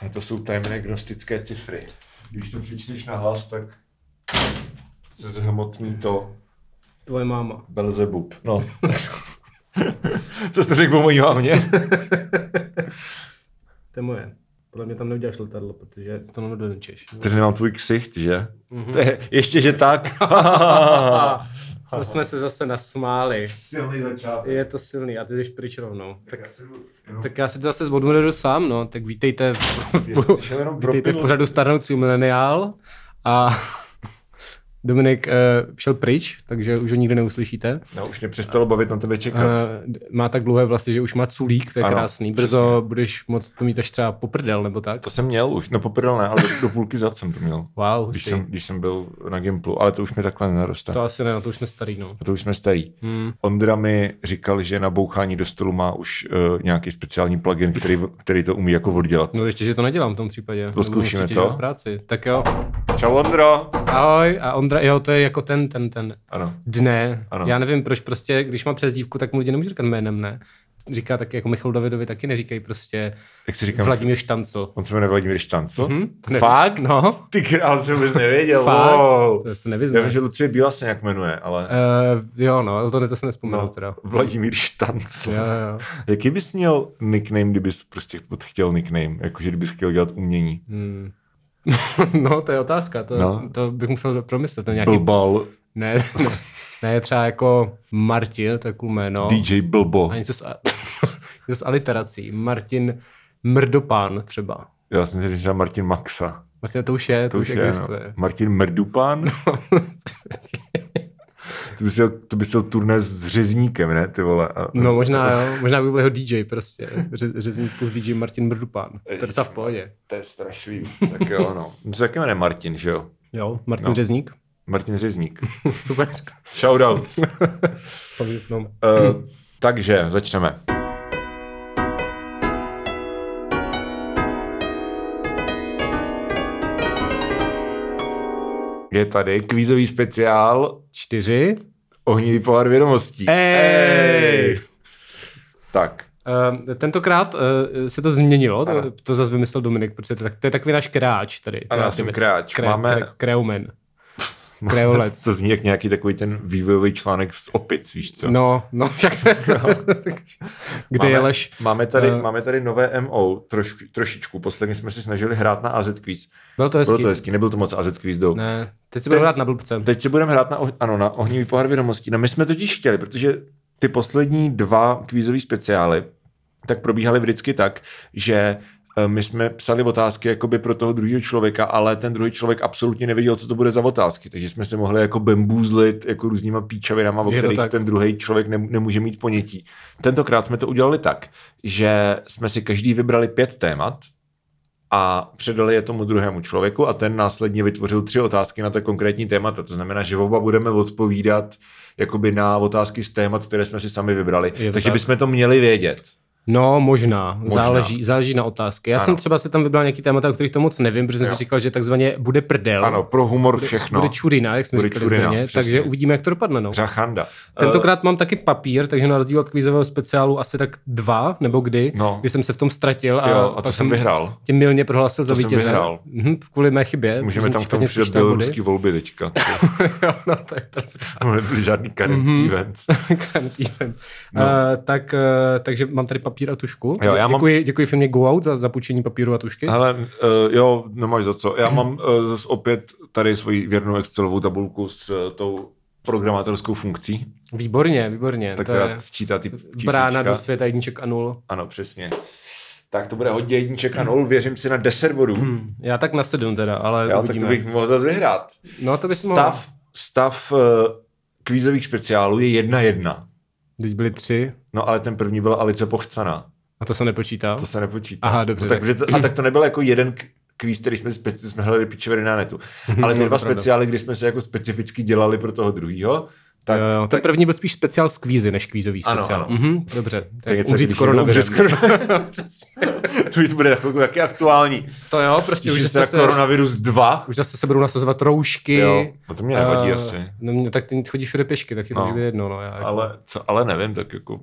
A to jsou tajemné gnostické cifry. Když to přečteš na hlas, tak se zhmotní to Tvoje máma. Belzebub. No. Co jste řekl o mojí mámě? To je moje. Podle mě tam neuděláš letadlo, protože to tam nedončeš. Tady nemám tvůj ksicht, že? Mhm. To je, ještě, že tak. A to jsme se zase nasmáli. Silný začátek. Je to silný a ty jdeš pryč rovnou. Tak, Tak tak já si to zase zodmoderuju sám, no. Tak vítejte jestli v, jsi šel jenom vítejte v propil- pořadu Starnoucí mileniál. A Dominik uh, šel pryč, takže už ho nikdy neuslyšíte. No, už mě přestalo bavit na tebe čekat. Eh, d- má tak dlouhé vlasy, že už má culík, to je Ano, ano, krásný. Brzo budeš moc to mít až třeba poprdel nebo tak. To jsem měl už, no poprvé ne, ale do, do půlky zad jsem to měl. Wow, Když hustý. jsem, když jsem byl na Gimplu, ale to už mi takhle nenaroste. To To... asi ne, no to už jsme starý, no. A to už jsme starý. Hmm. Ondra mi říkal, že na bouchání do stolu má už uh, nějaký speciální plugin, který, který to umí jako oddělat. No ještě, že to nedělám v tom případě. Nebo zkusíme určitě to. dělat práci. Tak jo, Čau Ondro! ahoj. A Ondra, jo, to je jako ten, ten, ten. Ano. Dne. Ano. Ano. Já nevím, proč prostě, když má přezdívku, tak mu lidi nemůžu říkat jménem, ne? Říká taky jako Michal Davidovi, taky neříkají prostě Jak si říkám, Kam? Vladimír Štancl. on se jmenuje Vladimír Štancl? Hm? To nevíš? Fakt? No. Ty král jsem vůbec nevěděl. Fakt? Wow. To se Já nevyznáš. vím, že Lucie Bíla se nějak jmenuje, ale Uh, jo, no, to ne- zase nespomenu No. no. teda. Vladimír Štancl. Jo, jo. Jaký bys měl nickname, kdybys prostě chtěl nickname? Jakože kdybys chtěl dělat umění? Hmm. no, to je otázka. To, No. no. to bych musel promyslet. To nějaký... Blbal, Ne, ne, ne, třeba jako Martin, to je cool jméno. DJ Blbo. A něco s, a- něco s aliterací. Martin Mrdopán třeba. Já jsem si říkal Martin Maxa. Martin, to už je, to, To už už je, no. existuje. Martin Mrdupán? to bys měl, to bys měl turné s řezníkem, ne, ty vole? A, No, možná, jo, možná by byl jeho DJ prostě. Ře- Řezník plus DJ Martin Mrdupán. To je docela v pohodě. To je strašlivý. tak jo, no. To se taky jmenuje Martin, že jo? Jo, Martin No. no. Řezník. Martin Řezník. Super. Shoutouts. uh, No. Eh, takže, začneme. Je tady kvízový speciál Čtyři. Ohnivý pohár vědomostí. Ej! Tak, Ehm, Tentokrát eh, se to změnilo, Ano. to, to zase vymyslel Dominik, protože to, je tak- to je takový náš kráč tady. Ano, já jsem kráč. Máme- Kreumen. Kreolec. to zní jak nějaký takový ten vývojový článek z opic, víš co? No, no, však Kde máme, je lež? Máme tady, Eh. máme tady nové MO, troš, trošičku. Posledně jsme si snažili hrát na AZ Quiz. Bylo to hezký. Bylo to hezký, nebyl to moc AZ Quiz jdou. Ne, teď si budu hrát na blbce. Teď si budeme hrát na, oh- ano, na ohnivý pohár vědomostí. No my jsme totiž chtěli, protože ty poslední dva kvízové speciály tak probíhaly vždycky tak, že eh, my jsme psali otázky jakoby pro toho druhého člověka, ale ten druhý člověk absolutně nevěděl, co to bude za otázky. Takže jsme se mohli jako bambůzlit jako různýma píčovinama, o Je to kterých tak. ten druhý člověk nem- nemůže mít ponětí. Tentokrát jsme to udělali tak, že jsme si každý vybrali pět témat, a předali je tomu druhému člověku a ten následně vytvořil tři otázky na ta konkrétní témata. To znamená, že oba budeme odpovídat jakoby na otázky z témat, které jsme si sami vybrali. Je to Takže tak? bychom to měli vědět. No, možná. možná. Záleží, záleží na otázky. Já Ano. ano. jsem třeba si tam vybral nějaký témata, o kterých to moc nevím, protože jsem Jo. si říkal, že takzvaně bude prdel. Ano, pro humor všechno. Bude čurina, jak jsme Bude říkali čurina, v Brně, přesně. takže uvidíme, jak to dopadne. No. Řachanda. Tentokrát mám taky papír, takže na rozdíl od kvízového speciálu asi tak dva, nebo kdy, No. kdy jsem se v tom ztratil a, Eh, jo, a to pak jsem vyhrál. tě milně prohlásil za To jsem vítěze. vyhrál. Mhm, kvůli mé chybě. Můžeme že tam k tomu špatně přidat spočítal body. běloruský volby teďka. jo, no, to je pravda. Tam nebyly žádný current Mhm. events. Current event. Eh, tak, eh, takže mám tady papír a tušku. No. Jo, já mám- děkuji, děkuji firmě Go Out za zapůjčení papíru a tušky. Hele, uh, jo, nemáš za co. Já mám uh, zase opět tady svoji věrnou Excelovou tabulku s uh, tou programátorskou funkcí. Výborně, výborně. Tak to teda je sčítá ty brána číslíčka. do světa jedniček a nul. Ano, přesně. Tak to bude hodně jedniček a nul, věřím si na 10 bodů. Hmm, Hm, Já tak na sedm teda, ale jo, tak uvidíme. to bych mohl zase vyhrát. No to bys mohl. Stav, stav uh, kvízových speciálů je 1-1. Teď byly tři No ale ten první byla Alice Pochcaná. a to se nepočítá. To se nepočítá. Aha, dobře, No, takže to, a tak to nebyl jako jeden k- kvíz, který jsme, speci- jsme hledali pičoviny na netu. Ale ty no, dva to pravda. speciály, kdy jsme se jako specificky dělali pro toho druhého, Tak, jo, jo. Ten tak- první byl spíš speciál z kvízy, než kvízový Ano, speciál. ano. Mhm, dobře, to je je jak celý, umřít s když někdo umře koronavirem. s koronavirem. to už bude takový taky aktuální. To jo, prostě už Těším se zase, na se, koronavirus 2. už zase se budou nasazovat roušky. Jo, no to mě nevadí Eh, asi. No, mě, tak ty chodíš všude pěšky, tak je to No. no. jedno. No, já, jako- Ale, co, ale nevím, tak jako...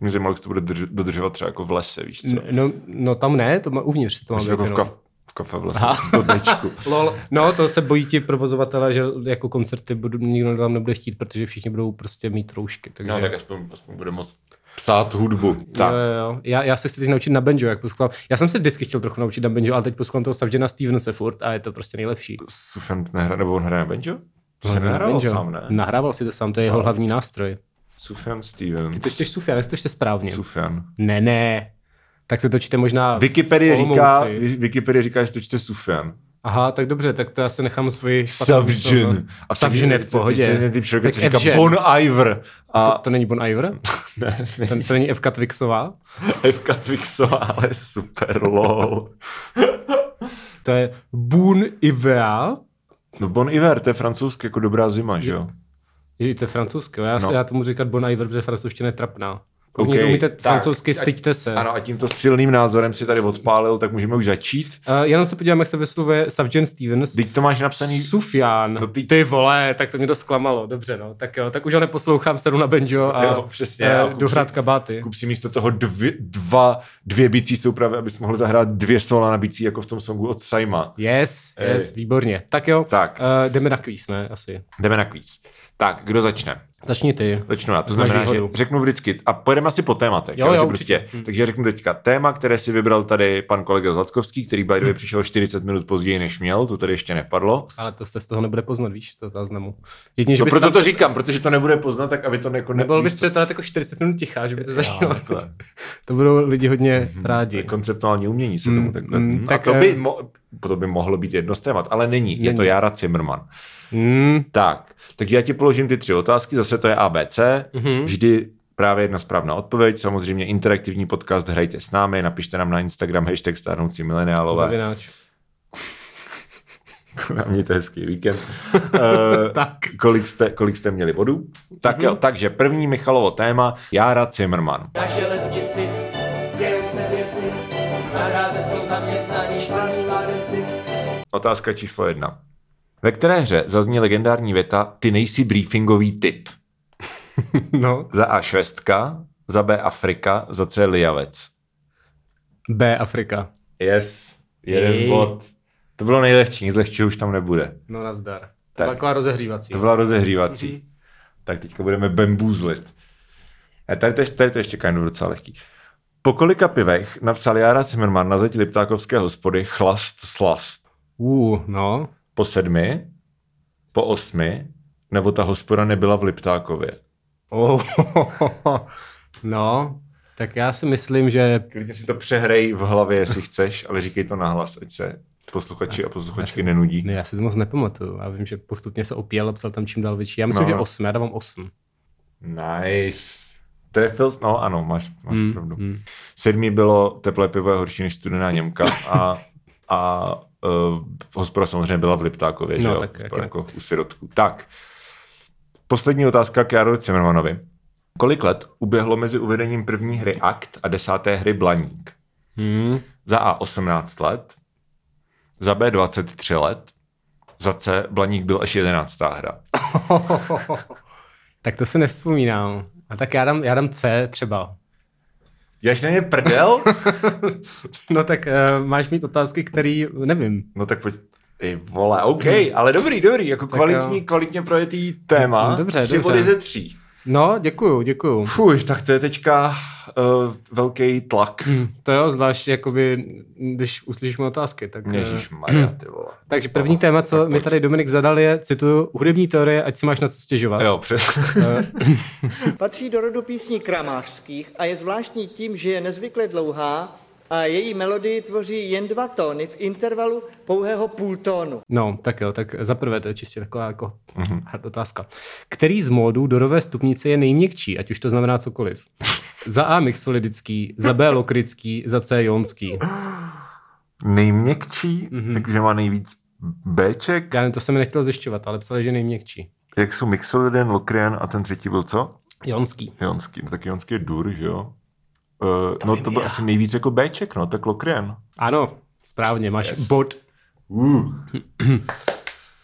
Mě zajímalo, jak se to bude drž, dodržovat třeba jako v lese, víš co? N- no, no, tam ne, to má uvnitř. To má Myslím, jako být, v, no. kaf, v kafe v lese, v dnečku. Lol. No, to se bojí ti provozovatele, že jako koncerty budu, nikdo tam nebude chtít, protože všichni budou prostě mít roušky. Takže... No, tak aspoň, aspoň bude moc psát hudbu. Tak. Tak. Jo, jo, jo. Já, já se chci teď naučit na banjo, jak poslouchám. Já jsem se vždycky chtěl trochu naučit na banjo, ale teď poslouchám toho Savžena Stevense furt a je to prostě nejlepší. Sufen nehraje, nebo on hraje na banjo? To On se hraje nehrál banjo. sám, ne? Nahrával si to sám, to je jeho hlavní nástroj. Sufjan Stevens. Ty to čteš Sufjan, jak to čte správně? Sufjan. Ne, ne. Tak se to čte možná... Wikipedie Olomouci. říká, Wikipedie říká, že se to čte Sufjan. Aha, tak dobře, tak to já se nechám svoji... špatnou Savžin. výslovnost. Savžin je v Ten je pohodě. typ člověka, Tak co říká Evžen. Bon Iver. To, A to není Bon Iver? ne, To, to není Evka Twixová? Evka Twixová, ale super lol. To je Boon Ivea? No Bon Iver, to je francouzský, jako dobrá zima, že jo? Je to je francouzské, já, No. no. já tomu říkat Bon Iver, protože francouzština je trapná. Pokud OK, okay, umíte tak. francouzsky, Ať- styďte se. Ano, a tímto silným názorem si tady odpálil, tak můžeme už začít. Uh, jenom se podívám, jak se vyslovuje Savgen Stevens. Teď to máš napsaný... Sufjan. No No ty- ty... ty vole, tak to mě to zklamalo. Dobře, no. Tak jo, tak už ho neposlouchám, sedu na banjo a Jo, přesně, eh, já kup jdu si- hrát kabáty. Kup si místo toho dvě, dva, dvě bicí soupravy, abys mohl zahrát dvě sola na bicí, jako v tom songu od Saima. Yes, Ej. yes, výborně. Tak jo, Tak. Uh, jdeme na kvíz, ne? Asi. Jdeme na kvíz. Tak, kdo začne? Začni ty. Začnu já, to Máš znamená, že výhodu. řeknu vždycky, a pojedeme asi po tématech, Jo, jo, jo, že jo, prostě, určitě. Hm. takže řeknu teďka téma, které si vybral tady pan kolega Zlatkovský, který by the Hmm. way přišel 40 minut později, než měl, to tady ještě nepadlo. Ale to se z toho nebude poznat, víš, to záznamu. Jedině, že No bys proto tam to říkám, protože to nebude poznat, tak aby to jako ne- Nebyl bys víš co- před jako 40 minut tichá, že by to Jo, Mhm, zajímalo. takhle. To budou lidi hodně To je rádi. konceptuální umění se Mm, tomu takhle. mm, Mm, a tak, to by, eh, mo- to by mohlo být jedno z témat, ale není. Je Není. to Jara Zimmerman. Mm, Mhm. Tak, takže já ti položím ty tři otázky, zase to je ABC, Mhm. mm-hmm. vždy právě jedna správná odpověď, samozřejmě interaktivní podcast, hrajte s námi, napište nám na Instagram hashtag stárnoucí mileniálové. zavináč. A mějte hezký víkend. Eh, Tak. Mhm. kolik, jste, kolik jste měli bodů? Tak mm-hmm. jo, takže první Michalovo téma, Jára Zimmerman. Na železnici, dějou se věci, na dráze jsou zaměstnaní špatní mládenci. Otázka číslo jedna. Ve které hře zazní legendární věta Ty nejsi briefingový typ? No. Za A švestka, za B Afrika, za C Lijavec. B Afrika. Yes, jeden Jej. bod. To bylo nejlehčí, nic lehčího už tam nebude. No nazdar. Tak. Tak. Taková rozehřívací. To byla rozehřívací. Mhm. Mm-hmm. Tak teďka budeme bambuzlit. A tady to, je- tady to ještě kajnu docela lehký. Po kolika pivech napsal Jára Zimmerman na zeď Liptákovské hospody chlast slast? Uh, no. Po sedmi, po osmi, nebo ta hospoda nebyla v Liptákově? Oh. No. Tak já si myslím, že Klidně si to přehrej v hlavě, jestli chceš, ale říkej to nahlas, ať se posluchači a posluchačky nenudí. ne, já si to moc nepamatuju. Já vím, že postupně se opíjel a psal tam čím dál větší. Já myslím, No. no. že 8, já dávám 8. Nice. Trefil jsi, no ano, máš, máš mm, Mm, pravdu. Mm. mm. Sedmý bylo teplé pivo je horší než studená Němka a, a uh, hospoda samozřejmě byla v Liptákově, že No, jo? tak Hospoda jak jinak. jako u sirotků. Tak, poslední otázka k Jarovi Cimrmanovi. Kolik let uběhlo mezi uvedením první hry Akt a desáté hry Blaník? Hmm. Za A 18 let, za B 23 let, za C Blaník byl až 11. hra. tak to si nevzpomínám. A tak já dám, já dám C třeba. Já jsem mě prdel? No tak uh, máš mít otázky, který nevím. No tak pojď. Ty vole, OK, ale dobrý, dobrý, jako kvalitní, jo. kvalitně projetý téma. Dobře, Tři dobře. body ze tří. No, děkuju, děkuju. Fuj, tak to je teďka uh, velký tlak. To jo, zvlášť, jakoby, když uslyšíš moje otázky. Tak, eh, Ježíš Maria, ty vole. takže první téma, co Tak mi pojď. tady Dominik zadal, je, cituju, hudební teorie, ať si máš na co stěžovat. Jo, přes. Patří do rodu písní kramářských a je zvláštní tím, že je nezvykle dlouhá a její melodii tvoří jen dva tóny v intervalu pouhého půltónu. No, tak jo, tak za prvé, to je čistě taková jako Mhm. hard otázka. Který z módů dorové stupnice je nejměkčí, ať už to znamená cokoliv? za A mixolidický, za B lokrický, za C jonský. Nejměkčí, mm-hmm. takže má nejvíc Bček. Já nevím, to jsem nechtěl zjišťovat, ale psali, že nejměkčí. jak jsou Mixoliden, Lokrian a ten třetí byl co? Jonský. Jonský. No, tak Jonský je dur, že jo? Uh, no to byl asi nejvíc jako Bček, no, tak Lokrian. Ano, správně, máš yes. bod. Uh,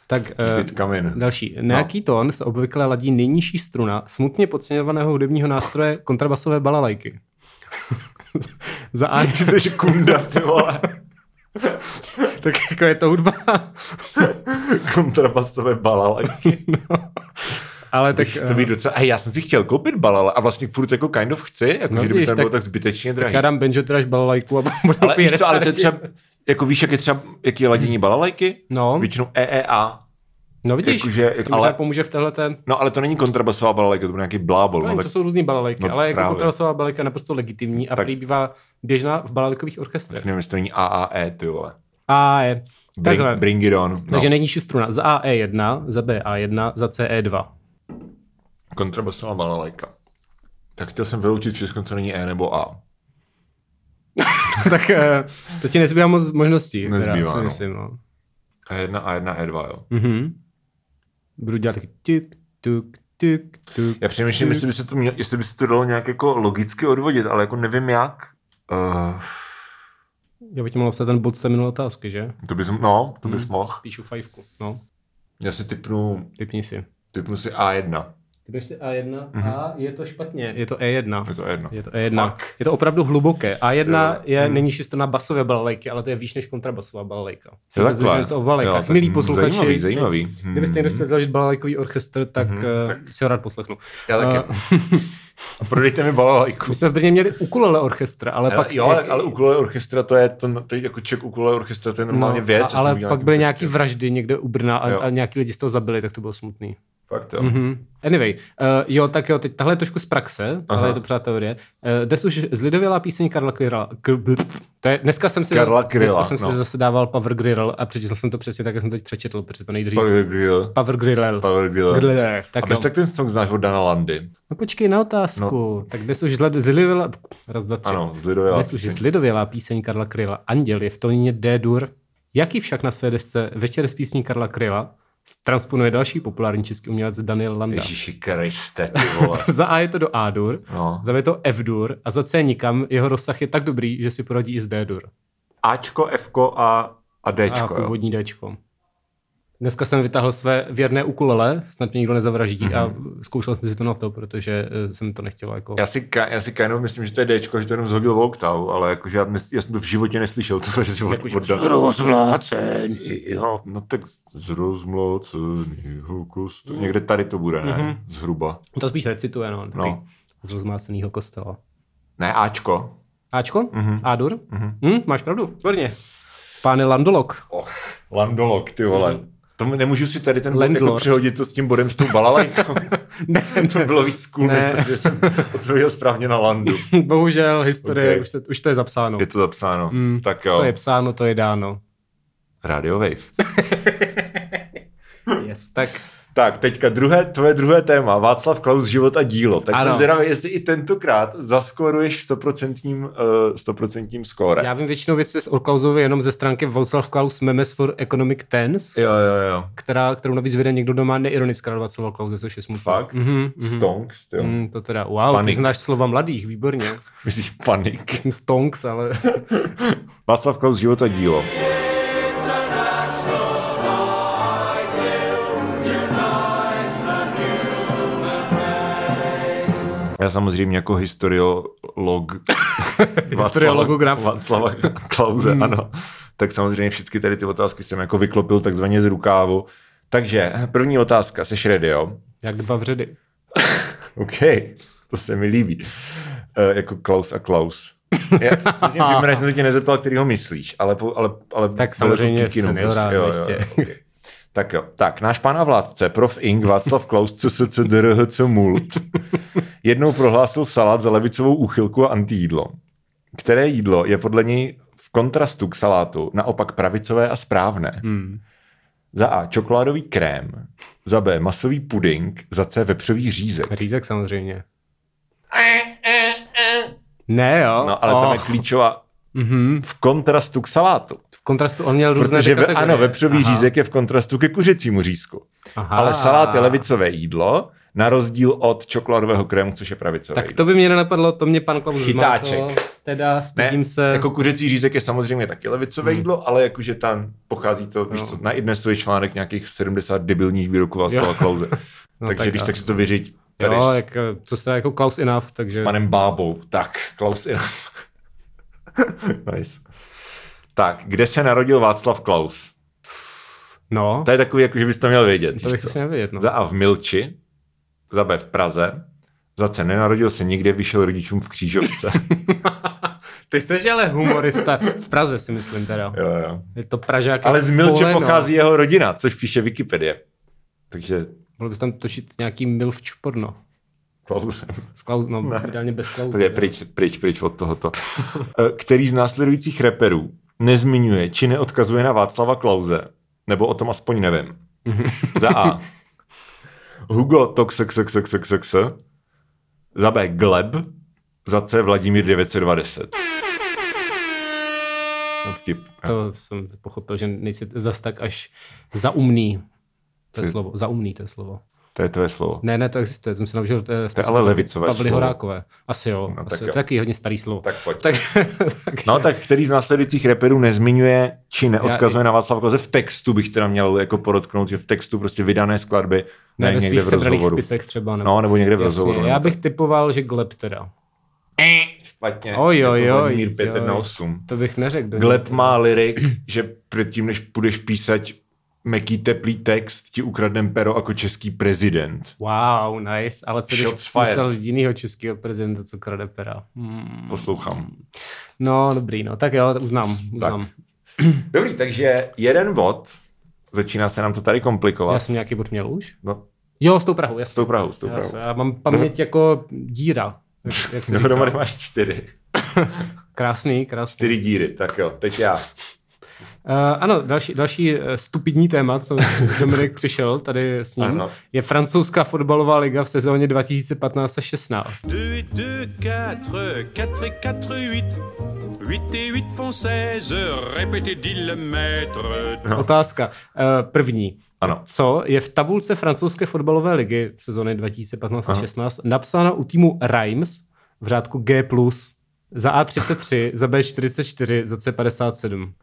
Tak eh, pět kamin. další. Nějaký no. tón se obvykle ladí nejnižší struna smutně podceňovaného hudebního nástroje kontrabasové balalajky. Za A, Ty jsi Eh, kunda, ty vole. tak jako je to hudba, Kontrabasové balalajky. ale tak, eh, To by docela... Hej, já jsem si chtěl koupit balala a vlastně furt jako kind of chci, jako No no, že kdyby víš, to nebylo tak- tak, zbytečně tak drahý. já dám eh, Benjo teda až balalajku a budu ale pět víš co, ale to je receptů. třeba, jako víš, jak je třeba, jaký je ladění balalajky? No. Většinou E EEA. No vidíš, jakože- jakože, jako- to ale... ale- pomůže v téhle ten... No ale to není kontrabasová balalajka, to bude nějaký blábol. To No, nevím, tak, co jsou různý balalajky, No ale jako právě. kontrabasová balalajka je naprosto legitimní a Tak- prý bývá běžná v balalajkových orchestrech. nevím, jestli to není AAE, ty vole. A je. Bring, Takhle. bring it on. No. Takže nejnižší struna. Za A E1, za B A1, za C E E2. Kontrabasová balalajka. Tak chtěl jsem vyloučit všechno, co není E nebo A. tak eh, to ti nezbývá moc možností. Nezbývá, teda, si no. myslím, no. E1, A1, E2, E jo. Mhm. Budu dělat taky tuk, tuk, tuk, tuk. Já přemýšlím, jestli by se to, měl, jestli by se to dalo nějak jako logicky odvodit, ale jako nevím jak. Uh, Já bych ti mohl psát ten bod z té minulé otázky, že? to bys, no, to Hmm. bys mohl. Píšu fajfku. No, Já si typnu, typni si. typnu si A1. Ty si A1 Mhm. a je to špatně. Je to E1. Je to E1. Je to E1. Fuck. Je to opravdu hluboké. A1 Ty je, hmm. není čistona basové balalejky, ale to je výš než kontrabasová balalejka. Jsi takhle. dozvěděl něco o balalejkách. Jo, Jo, tak Milí mm, posluchači, zajímavý, Mhm. zajímavý. Hmm. teď- kdybyste někdo chtěl založit balalejkový orchestr, tak, hmm, tak si ho rád poslechnu. Eh, Já taky. A prodejte mi balalajku. My jsme v Brně měli ukulele orchestr, ale Ale, pak... jo, ale, ale ukulele orchestra, to je, to, to je jako ček ukulele orchestra, to je normálně No, věc. A, já jsem ale viděl pak byly nějaký nějaký vraždy někde u Brna jako Jo. a, a nějaký lidi z toho zabili, tak to bylo smutný. Fakt, jo. Mhm. Anyway, uh, jo, tak jo, teď tahle je trošku z praxe, Aha. Aha. ale je to pořád teorie. Uh, dnes už zlidovělá píseň Karla Kryla. K, to je, dneska jsem si, Karla zase, Kryla, dneska jsem no. si zase dával Power Grill a přečetl jsem to přesně tak, jak jsem to teď přečetl, protože to nejdřív. Power grill. Power Grill. Power grill. Grill. A Tak, jo. bez tak ten song znáš od Dana Landy. No počkej na otázku. No. Tak dnes už zled- zlidovělá... Raz, dva, tři. Ano, z Lidově. Dnes už je slidovělá píseň Karla Kryla Anděl je v tónině D dur. Jaký však na své desce Večer z písní Karla Kryla transponuje další populární český umělec Daniel Landa. Ježíši Kriste, ty vole. Za A je to do A dur, No. za B je to F dur a za C nikam. Jeho rozsah je tak dobrý, že si poradí i s D dur. Ačko, Fko a, a A Dčko, jo. původní Dčko. Dneska jsem vytáhl své věrné ukulele, snad mě nikdo nezavraždí mm-hmm. a zkoušel jsem si to na to, protože eh, jsem to nechtěl jako... Mhm. Já si, ka- já si kind of myslím, že to je Dčko, že to jenom zhodil v oktavu, ale jakože já, nes, já jsem to v životě neslyšel, tu verzi od, od Zrozmlácenýho. No tak zrozmlácenýho kostu. Někde tady to bude, ne? Mm-hmm. Zhruba. To spíš recituje, no. no. No. Z rozmáceného kostela. Ne, Ačko. Ačko? Mm-hmm. Adur? Mm-hmm. Mm, máš pravdu, výborně. Páne Landolok. Och, Landolog, ty vole. Mm-hmm. To mi- nemůžu si tady ten bod jako Landlord. přehodit to s tím bodem s tou balalajkou. ne, to bylo víc cool, Ne. ne. protože jsem odpověděl správně na Landu. ne, bohužel, historie, okay. Ok. už, se, už to je zapsáno. Je to zapsáno. Mm, Mm, tak jo. Co je psáno, to je dáno. Radio Wave. Yes, tak Tak, teďka druhé, tvoje druhé téma, Václav Klaus, život a dílo. Tak Ano. ano. jsem zvědavý, jestli i tentokrát zaskoruješ 100%, eh, 100% skóre. já vím většinou věci z Orklausovy jenom ze stránky Václav Klaus Memes for Economic Tense, Jo, jo, jo. která, kterou navíc vede někdo doma neironicky Václav Klauze, což je smutné. Fakt? Mhm, mhm. Stonks, jo. Mm. Mm, to teda, wow, Panik. ty Panik. znáš slova mladých, výborně. Myslíš panik. Jsem stonks, ale... Václav Klaus, život a dílo. Já samozřejmě jako historiolog Historiologograf. Václava Klauze, hmm. ano. Tak samozřejmě všechny tady ty otázky jsem jako vyklopil takzvaně z rukávu. Takže první otázka, seš ready, jo? Jak dva vředy. OK, to se mi líbí. Uh, jako Klaus a Klaus. Já, což je příjemné, že jsem se tě nezeptal, který ho myslíš, ale, po- ale, ale Tak samozřejmě jako kikinu seniora, jo, jo, okay. Tak jo, tak náš pána vládce, prof. Ing. Václav Klaus, CSCDRHC Mult, jednou prohlásil salát za levicovou úchylku a antijídlo. Které jídlo je podle něj v kontrastu k salátu naopak pravicové a správné? Hmm. Za A čokoládový krém, za B masový puding, za C vepřový řízek. Řízek Eh, samozřejmě. Ne, Oh. Mhm. jo. No, ale No, tam je klíčová Mm-hmm. V kontrastu k salátu. V kontrastu on měl různé Protože ty ve, kategorie. ano, vepřový Aha. řízek je v kontrastu ke kuřecímu řízku. Aha. Ale salát je levicové jídlo, na rozdíl od čokoládového krému, což je pravicové Tak jídlo. to by mě nenapadlo, to mě pan Klaus Chytáček. zmatl. Teda ne, stydím se. Hmm. jako kuřecí řízek je samozřejmě taky levicové jídlo, ale jakože tam pochází to, víš co, na i dnes je článek nějakých 70 debilních výroků Václava Klauze. no, takže tak když jo. tak si to vyřiď tady jo, s, jak, eh, co jste jako Klaus Enough, takže... s panem Bábou. Tak, Klaus i Nice. Tak, kde se narodil Václav Klaus? No, To je takový, jako, že bys to měl vědět. to víš bych co? si nevědět. No. Za A v Milči, za B v Praze, za C nenarodil se nikde, vyšel rodičům v Křížovce. Ty jsi ale humorista. V Praze si myslím teda. jo, jo. Je to Pražák. jako Ale jak z Milče poleno. pochází jeho rodina, což píše Wikipedie. Takže Mohl bys tam točit nějaký milvč porno. Klausem. S Klaus, no, ideálně bez Klauze. To je pryč, pryč, pryč od tohoto. Eh, Který z následujících reperů nezmiňuje či neodkazuje na Václava Klauze? Nebo o tom aspoň nevím. Za A. Hugo Toxxxxxxx. Za B. Gleb. Za C. Vladimír 920. No vtip. To jsem pochopil, že nejsi zas tak až zaumný. To je Ty- slovo, zaumný to je slovo. To je tvoje slovo. Ne, ne, to existuje, to jsem se naučil. To je, To je ale levicové Pavly slovo. Horákové. Asi jo, No, tak asi, tak jo. jo. to je taky hodně starý slovo. Tak pojď. tak, takže, No tak který z následujících reperů nezmiňuje či neodkazuje na Václava Klauze v textu bych teda měl jako podotknout, že v textu prostě vydané skladby, ne, ne, ve někde svých v sebraných rozhovoru. spisech třeba. Nebo, No, nebo někde v Jasně, rozhovoru. Eh, Já bych typoval, že Gleb teda. Špatně. Oj, oj, je to oj, Vladimír oj. 518. To bych neřekl. do Gleb něj. má lirik, že předtím, než půjdeš písat meký teplý text, ti ukradnem pero jako český prezident. Wow, nice, ale co Shots když fired. musel jinýho českého prezidenta, co krade pera. Hmm. Poslouchám. No, dobrý, no, tak jo, uznám, uznám. Dobrý, takže jeden bod. Začíná se nám to tady Já komplikovat. jsem nějaký bod měl už? No, Jo, s tou Prahou, jasně. s tou Prahou, s tou Já, Prahou. se, já mám paměť jako díra. Jak, jak se Dohromady říká. máš čtyři. Krásný, krásný. Čtyři díry, tak jo, teď já. Uh, ano, další, další eh, stupidní téma, co Dominik přišel tady s ním, Ano. ano. je francouzská fotbalová liga v sezóně 2015 a 16. 2 et 2, 4, 4 et 4, 8. 8 et 8 font 16, répétez, dit le maître. No. Otázka eh, první. Ano. Co je v tabulce francouzské fotbalové ligy v sezóně 2015-16 napsáno u týmu Reims v řádku G+, za A33, za B44, za C57?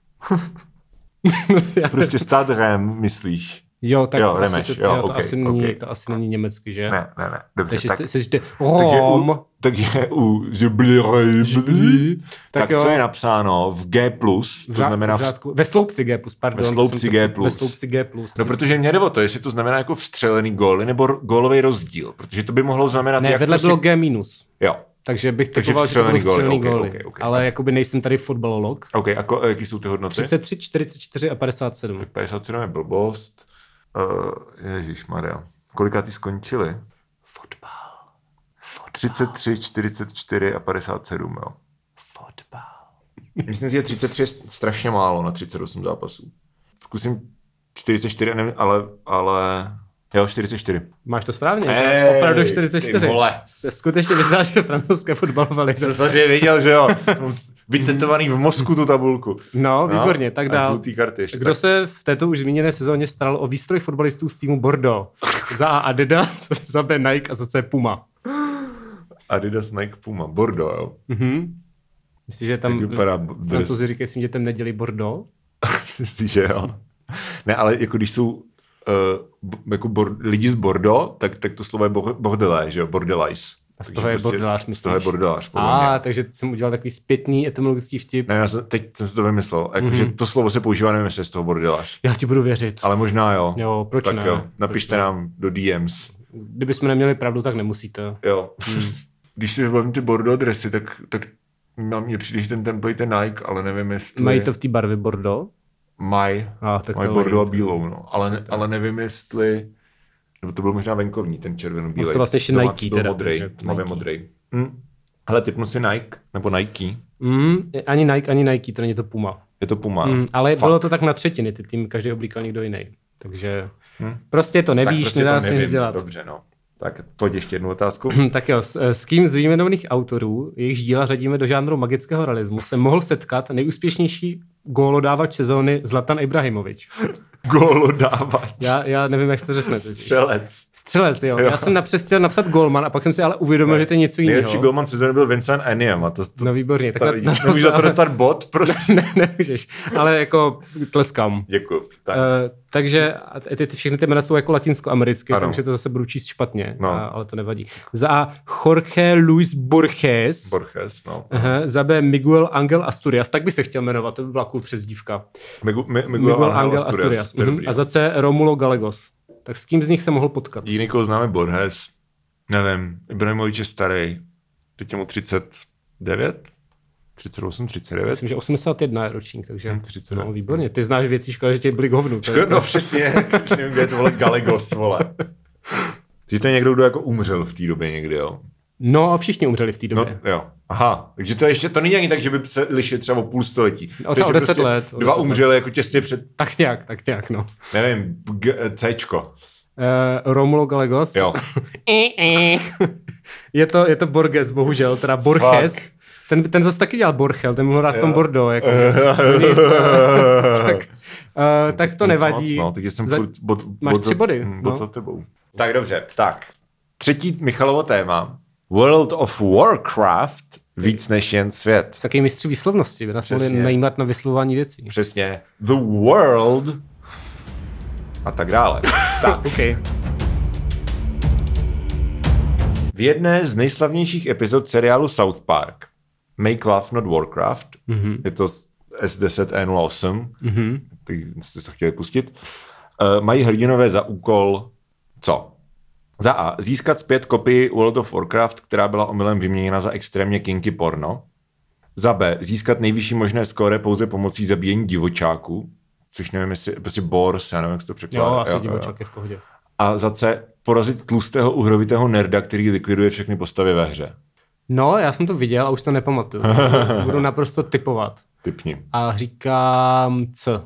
Já- Prostě stát rem, myslíš? jo, tak Jo, asi Remeš, se to, jo, jo, to, ok, asi není, ok. to asi není německy, že? Ne, ne, ne. Dobře, Takže tak, ty, jsi vždy takže Rom. u, takže u žibli, rejbli, tak, Tak tak jo. co je napsáno v G+, to v řád- znamená v v řádku, ve sloupci G+, pardon. Ve to sloupci jsem to- G+. Ve sloupci G+. No, protože mě jde o to, jestli to znamená jako vstřelený góly nebo r- gólový rozdíl, protože to by mohlo znamenat... Ne, jak vedle prostě... bylo G-. minus. Jo. Takže bych Takže typoval, že to budou vstřelený góly, střelený ok, góly. ok, ok. Ale jakoby nejsem tady fotbalolog. OK, a ko, jaký jsou ty hodnoty? 33, 44 a 57. 57 je blbost. Uh, Ježíš Maria. Kolika ty skončili? Fotbal, 33, 44 a 57, jo. fotbal. Myslím si, že 33 je strašně málo na 38 zápasů. Zkusím 44, nevím, ale, ale... Jo, 44. Máš to správně? Ej, Opravdu ty 44. vole. Se skutečně vyznáš ve francouzské fotbalové lize. samozřejmě viděl, že jo. Vytetovaný v mozku tu tabulku. No, výborně, tak a dál. žlutý karty ještě, Kdo tak. se v této už zmíněné sezóně staral o výstroj fotbalistů z týmu Bordeaux? Za A Adidas, za B Nike a za C Puma. Adidas, Nike, Puma, Bordeaux, jo. Myslíš, že Tak tam vypadá dres. francouzi říkají svým dětem neděli Bordeaux? Myslím, že jo. Ne, ale jako když jsou uh, jako bor, lidi z Bordeaux, tak, tak to slovo je bo- bordelé, že jo, bordelais. A z Takže prostě- toho je bordelář, Z toho je myslíš? bordelář, podle mě. A, takže jsem udělal takový zpětný etymologický vtip. Ne, No já jsem, teď jsem si to vymyslel. Jako, Mhm. mm-hmm. že to slovo se používá, nevím, jestli je z toho bordelář. Já ti budu věřit. Ale možná jo. Jo, proč tak ne? jo, Proč napište ne? nám do DMs. Kdyby jsme neměli pravdu, tak nemusíte. Jo. Hmm. Když si vybavím ty Bordeaux dresy, tak, tak na mě přijde, že ten template je Nike, ale nevím, jestli... Mají to v té barvě Bordeaux? Maj, A, tak maj to Bordeaux a nevím. bílou, no. Ale, ale nevím, jestli... Nebo to byl možná venkovní, ten červeno-bílej. No to vlastně ještě Domácí Nike byl teda, modrej, takže tmavě Nike. modrej. Hm. Hele, typnu si Nike, nebo Nike. Mm, ani Nike, ani Nike, to není to Puma. Je to Puma. Mm, no. ale Fakt. bylo to tak na třetiny, ty tým každý oblíkal někdo jiný. Takže hmm. prostě to nevíš, tak prostě nedá to se nevím. nic dělat. Hm, Dobře, no. Tak pojď ještě jednu otázku. tak jo, s, s kým z výjmenovaných autorů, jejichž díla řadíme do žánru magického realismu, se mohl setkat nejúspěšnější gólodávač sezóny Zlatan Ibrahimovič? Gólodávač. Já, já nevím, jak se to řekne. totiž. Střelec. Střelec, jo. Jo. Já jsem napřed chtěl napsat golman a pak jsem si ale uvědomil, že to je něco jiného. Nejlepší golman sezóny byl Vincent Eniem a to, to, No výborně. to, Tak vidíš, nemůžeš za to dostat bod, prosím. ne, nemůžeš, ale jako tleskám. Děkuji. Tak. Uh, takže a ty, ty, všechny ty jména jsou jako latinskoamerické, Ano. takže to zase budu číst špatně, No. a, ale to nevadí. Za A Jorge Luis Borges, Borges, no. Aha, za B Miguel Angel Asturias, tak by se chtěl jmenovat, to by byla cool přezdívka. Migu, mi, Miguel, Miguel, Angel, Angel Asturias. to je mhm. dobrý. A za C Romulo Gallegos. Tak s kým z nich se mohl potkat? Jiný, koho známe Borges. Nevím, Ibrahimovič je starý. Teď je mu 39? 38, 39? Myslím, že 81 je ročník, takže Hm, 30, no, ne. výborně. Ty znáš věci, škoda, že tě byli k hovnu. To je- No přesně, nevím, kde je to vole Gallegos, vole. Takže to je někdo, kdo jako umřel v té době někdy, jo? No a všichni umřeli v té No, době. jo. Aha, takže to ještě, to není ani tak, že by se lišili třeba o půl století. O Takže No, třeba o deset let, o prostě Dva deset let. umřeli jako těsně před, Tak nějak, tak nějak, no. nevím, G, Cčko. Uh, Romulo Gallegos. Jo. Eh, eh. je, to, je to Borges, bohužel, teda Borges. Ten, ten zase taky dělal Borchel, ten mohl hrát v tom Bordeaux. Jako. Nic, tak, uh, tak to Nic nevadí. Moc, no, takže jsem Za- furt bod, bod, máš tři body, hm, no. Bod za tebou. Tak dobře, tak. Třetí Michalovo téma. World of Warcraft víc než jen svět. Taky mistři výslovnosti, by nás mohli Přesně. najímat na vyslovování věcí. Přesně. The World a tak dále. tak. Okay. V jedné z nejslavnějších epizod seriálu South Park, Make Love Not Warcraft, Mhm. mm-hmm. je to z S10N08, mm-hmm. tak jste to chtěli pustit, eh, mají hrdinové za úkol co? Za A. Získat zpět kopii World of Warcraft, která byla omylem vyměněna za extrémně kinky porno. Za B. Získat nejvyšší možné skóre pouze pomocí zabíjení divočáků, což nevím, jestli prostě Bors, já nevím, jak se to Jo, překládá. asi divočák je v pohodě. A za C. Porazit tlustého uhrovitého nerda, který likviduje všechny postavy ve hře. No, já jsem to viděl a už to nepamatuju. Budu naprosto typovat. Typni. A říkám C.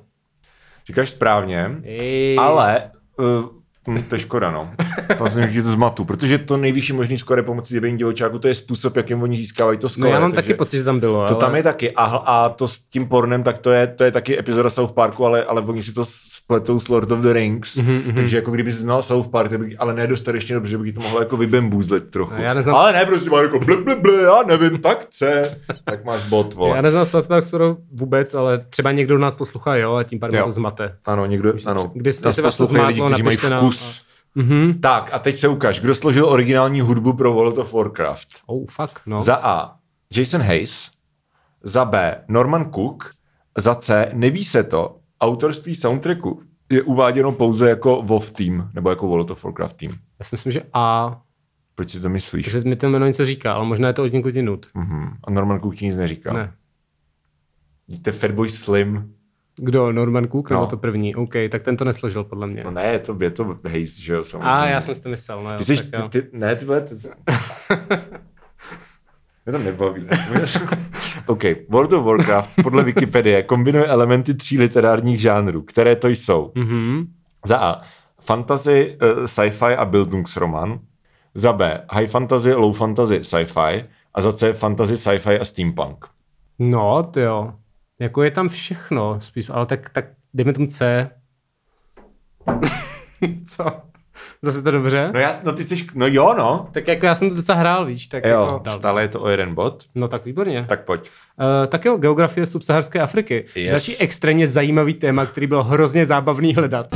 Říkáš správně, Ej. ale uh, to je škoda, no. To jsem že to zmatu, protože to nejvyšší možný skore pomocí zabíjení divočáku, to je způsob, jakým oni získávají to skore. No, já mám takže taky pocit, že tam bylo. To ale... tam je taky. A, a to s tím pornem, tak to je, to je taky epizoda South Parku, ale, ale oni si to spletou s Lord of the Rings. Mm-hmm. Takže jako kdyby jsi znal South Park, tak by, ale ne dostatečně dobře, že by ti to mohlo jako vybembůzlet trochu. No, já neznám- Ale ne, prostě má jako ble, ble, ble, já nevím, tak chce. tak máš bot, vole. Já neznám South Park skoro vůbec, ale třeba někdo nás poslouchá, jo, a tím pádem Jo. to zmate. Ano, někdo, ano. Kdy- jestli Nás vás to poslouchají lidi, zmátlo, kteří mají napište Mhm. nám. vkus. Mm-hmm. Tak, a teď se ukáž, kdo složil originální hudbu pro World of Warcraft. Oh, fuck, no. Za A. Jason Hayes. Za B. Norman Cook. Za C. Neví se to. Autorství soundtracku je uváděno pouze jako WoW Team, nebo jako World of Warcraft Team. Já si myslím, že A, Proč si to myslíš? že mi to jméno něco říká, ale možná je to od někud jinut. Mhm. A Norman Cook ti nic neříká. Ne. To je Fatboy Slim. Kdo, Norman Cook, No. nebo to první? OK, tak ten to nesložil, podle mě. No ne, je to, je to Hayes, že jo, samozřejmě. A, já jsem si to myslel, no jo, Ty jsi, tak jo. ty, ty, ne, ty vole, ty jsi... Mě to nebaví. OK, World of Warcraft podle Wikipedie kombinuje elementy tří literárních žánrů, které to jsou. Mhm. Za A. Fantasy, eh, sci-fi a Bildungsroman. Za B. High fantasy, low fantasy, sci-fi. A za C. Fantasy, sci-fi a steampunk. No, to jo. Jako je tam všechno, spíš, ale tak, tak dejme tomu C. Co? Zase to dobře? No, já, no ty jsi, no jo, no. Tak jako já jsem to docela hrál, víš, tak Jo, jako... stále je to o jeden bod. No tak výborně. Tak pojď. Uh, tak jo, geografie subsaharské Afriky. Yes. Yes. Další extrémně zajímavý téma, který byl hrozně zábavný hledat.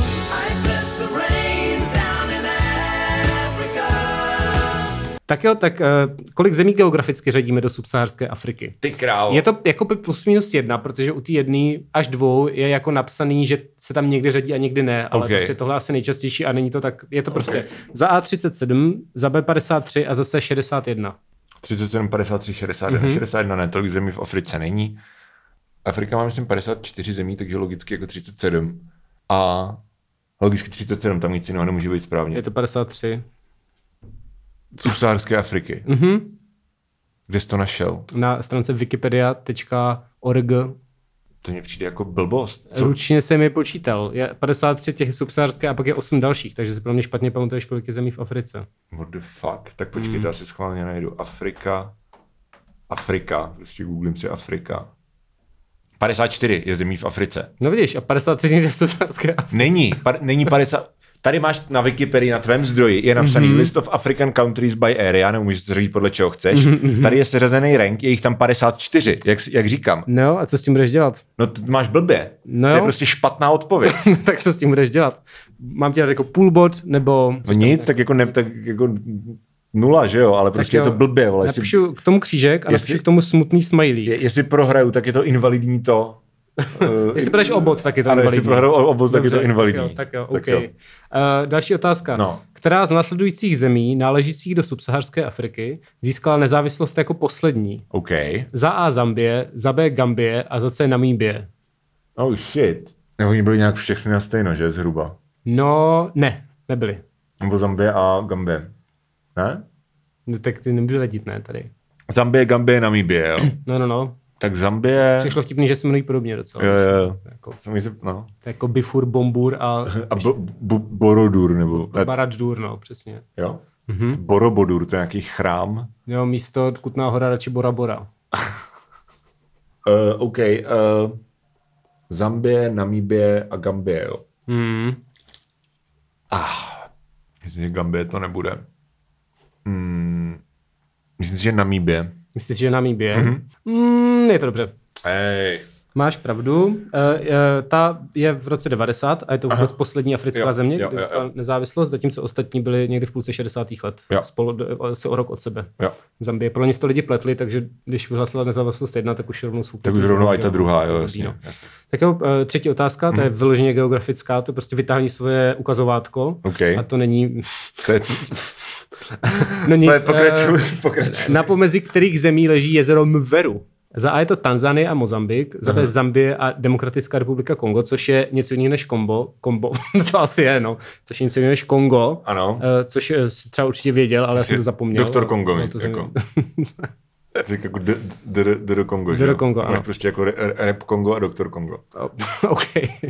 Tak jo, tak uh, kolik zemí geograficky řadíme do subsaharské Afriky? Ty král. Je to jako by plus minus jedna, protože u té jedné až dvou je jako napsaný, že se tam někdy řadí a někdy ne, ale Ok. prostě tohle asi nejčastější a není to tak, je to prostě za A37, za B53 a zase 61. 37, 53, 61, Mhm. mm-hmm. 61, ne, tolik zemí v Africe není. Afrika má, myslím, 54 zemí, takže logicky jako 37. A logicky 37, tam nic jiného nemůže být správně. Je to 53. Subsahárské Afriky. Mhm. Kde jsi to našel? Na stránce wikipedia.org To mně přijde jako blbost. Co? Co? Ručně jsem je počítal. Je 53 těch subsaharské a pak je 8 dalších, takže si pro mě špatně pamatuješ, kolik je zemí v Africe. What the fuck? Tak Mhm. počkej, to asi schválně najdu. Afrika. Afrika. Prostě googlím si Afrika. 54 je zemí v Africe. No vidíš, a 53 z nich je v subsaharské Africe. Není, par, není 50... Tady máš na Wikipedii, na tvém zdroji, je napsaný Mhm. mm-hmm. List of African Countries by Area, nebo můžeš to říct podle čeho chceš. Mhm, Mm-hmm. Tady je seřazený rank, je jich tam 54, jak, s- jak říkám. No a co s tím budeš dělat? No to máš blbě. No to je jo. prostě špatná odpověď. tak co s tím budeš dělat? Mám dělat jako půl bod, nebo... No nic, tak jako, ne, tak jako nula, že jo, ale prostě jo, je to blbě. Vole. Jestli, Napíšu k tomu křížek a Jestli- napíšu k tomu smutný smajlík. je- jestli prohraju, tak je to invalidní to. Eh, Jestli budeš obod, tak je to Ano, invalidní. jestli prohraju o- obod, tak je to Dobře, invalidní. Tak jo, tak jo, Tak okay. jo. Uh, další otázka. No. Která z následujících zemí náležících do subsaharské Afriky získala nezávislost jako poslední? OK. Za A Zambie, za B Gambie a za C Namíbie. Oh shit. Nebo oni byli nějak všechny na stejno, že zhruba. No, ne, nebyly. Nebo Zambie a Gambie. Ne? No, tak ty nebyly ledit, ne, tady. Zambie, Gambie, Namibie, jo. No, no, no. Tak Zambie... Přišlo vtipný, že se jmenují podobně docela. Jo, jo, jo. Jako, Co mi se- No. to je jako Bifur, Bombur a A bo, bo, Borodur, nebo... ne, Baradždur, no, přesně. Jo? Mm-hmm. Borobodur, to je nějaký chrám. Jo, místo Kutná hora radši Bora Bora. Uh, OK. Uh, Zambie, Namíbie a Gambie, jo. Hmm. Myslím, že Gambie to nebude. Hmm. Myslím si, že Namíbie. Myslíš, že Namíbie? Mhm. Mm-hmm. Mm, je to dobře. Hej. Máš pravdu. E, e, ta je v roce 90 a je to vůbec poslední africká Jo, země, jo, kde jo, získala jo. nezávislost, zatímco ostatní byly někdy v půlce 60. let. Jo. Spolu do, se o rok od sebe. Jo. Zambie. Pro ně si to lidi pletli, takže když vyhlásila nezávislost jedna, tak už rovnou svou Tak už kulturu rovnou i ta použila. druhá, jo, Blbý, jasně. no. jasně. Tak jo, e, třetí otázka, to je Mhm. vyloženě geografická, to prostě vytáhní svoje ukazovátko. OK. A to není... To je, No nic. to je e, pokračuj, pokračuj. Na pomezí kterých zemí leží jezero Mveru. Za A je to Tanzanie a Mozambik, za B Zambie a Demokratická republika Kongo, což je něco jiného než Kombo. Kombo, to asi je, no. Což je něco jiného než Kongo. Ano. eh, Což eh, jsi třeba určitě věděl, ale já jsem to zapomněl. Doktor Kongo mi, No, to jsem- jako. To je jako d- d- Dr Kongo, že Dr. jo? Kongo, Máš ano. prostě jako re- rap Kongo a doktor Kongo. OK.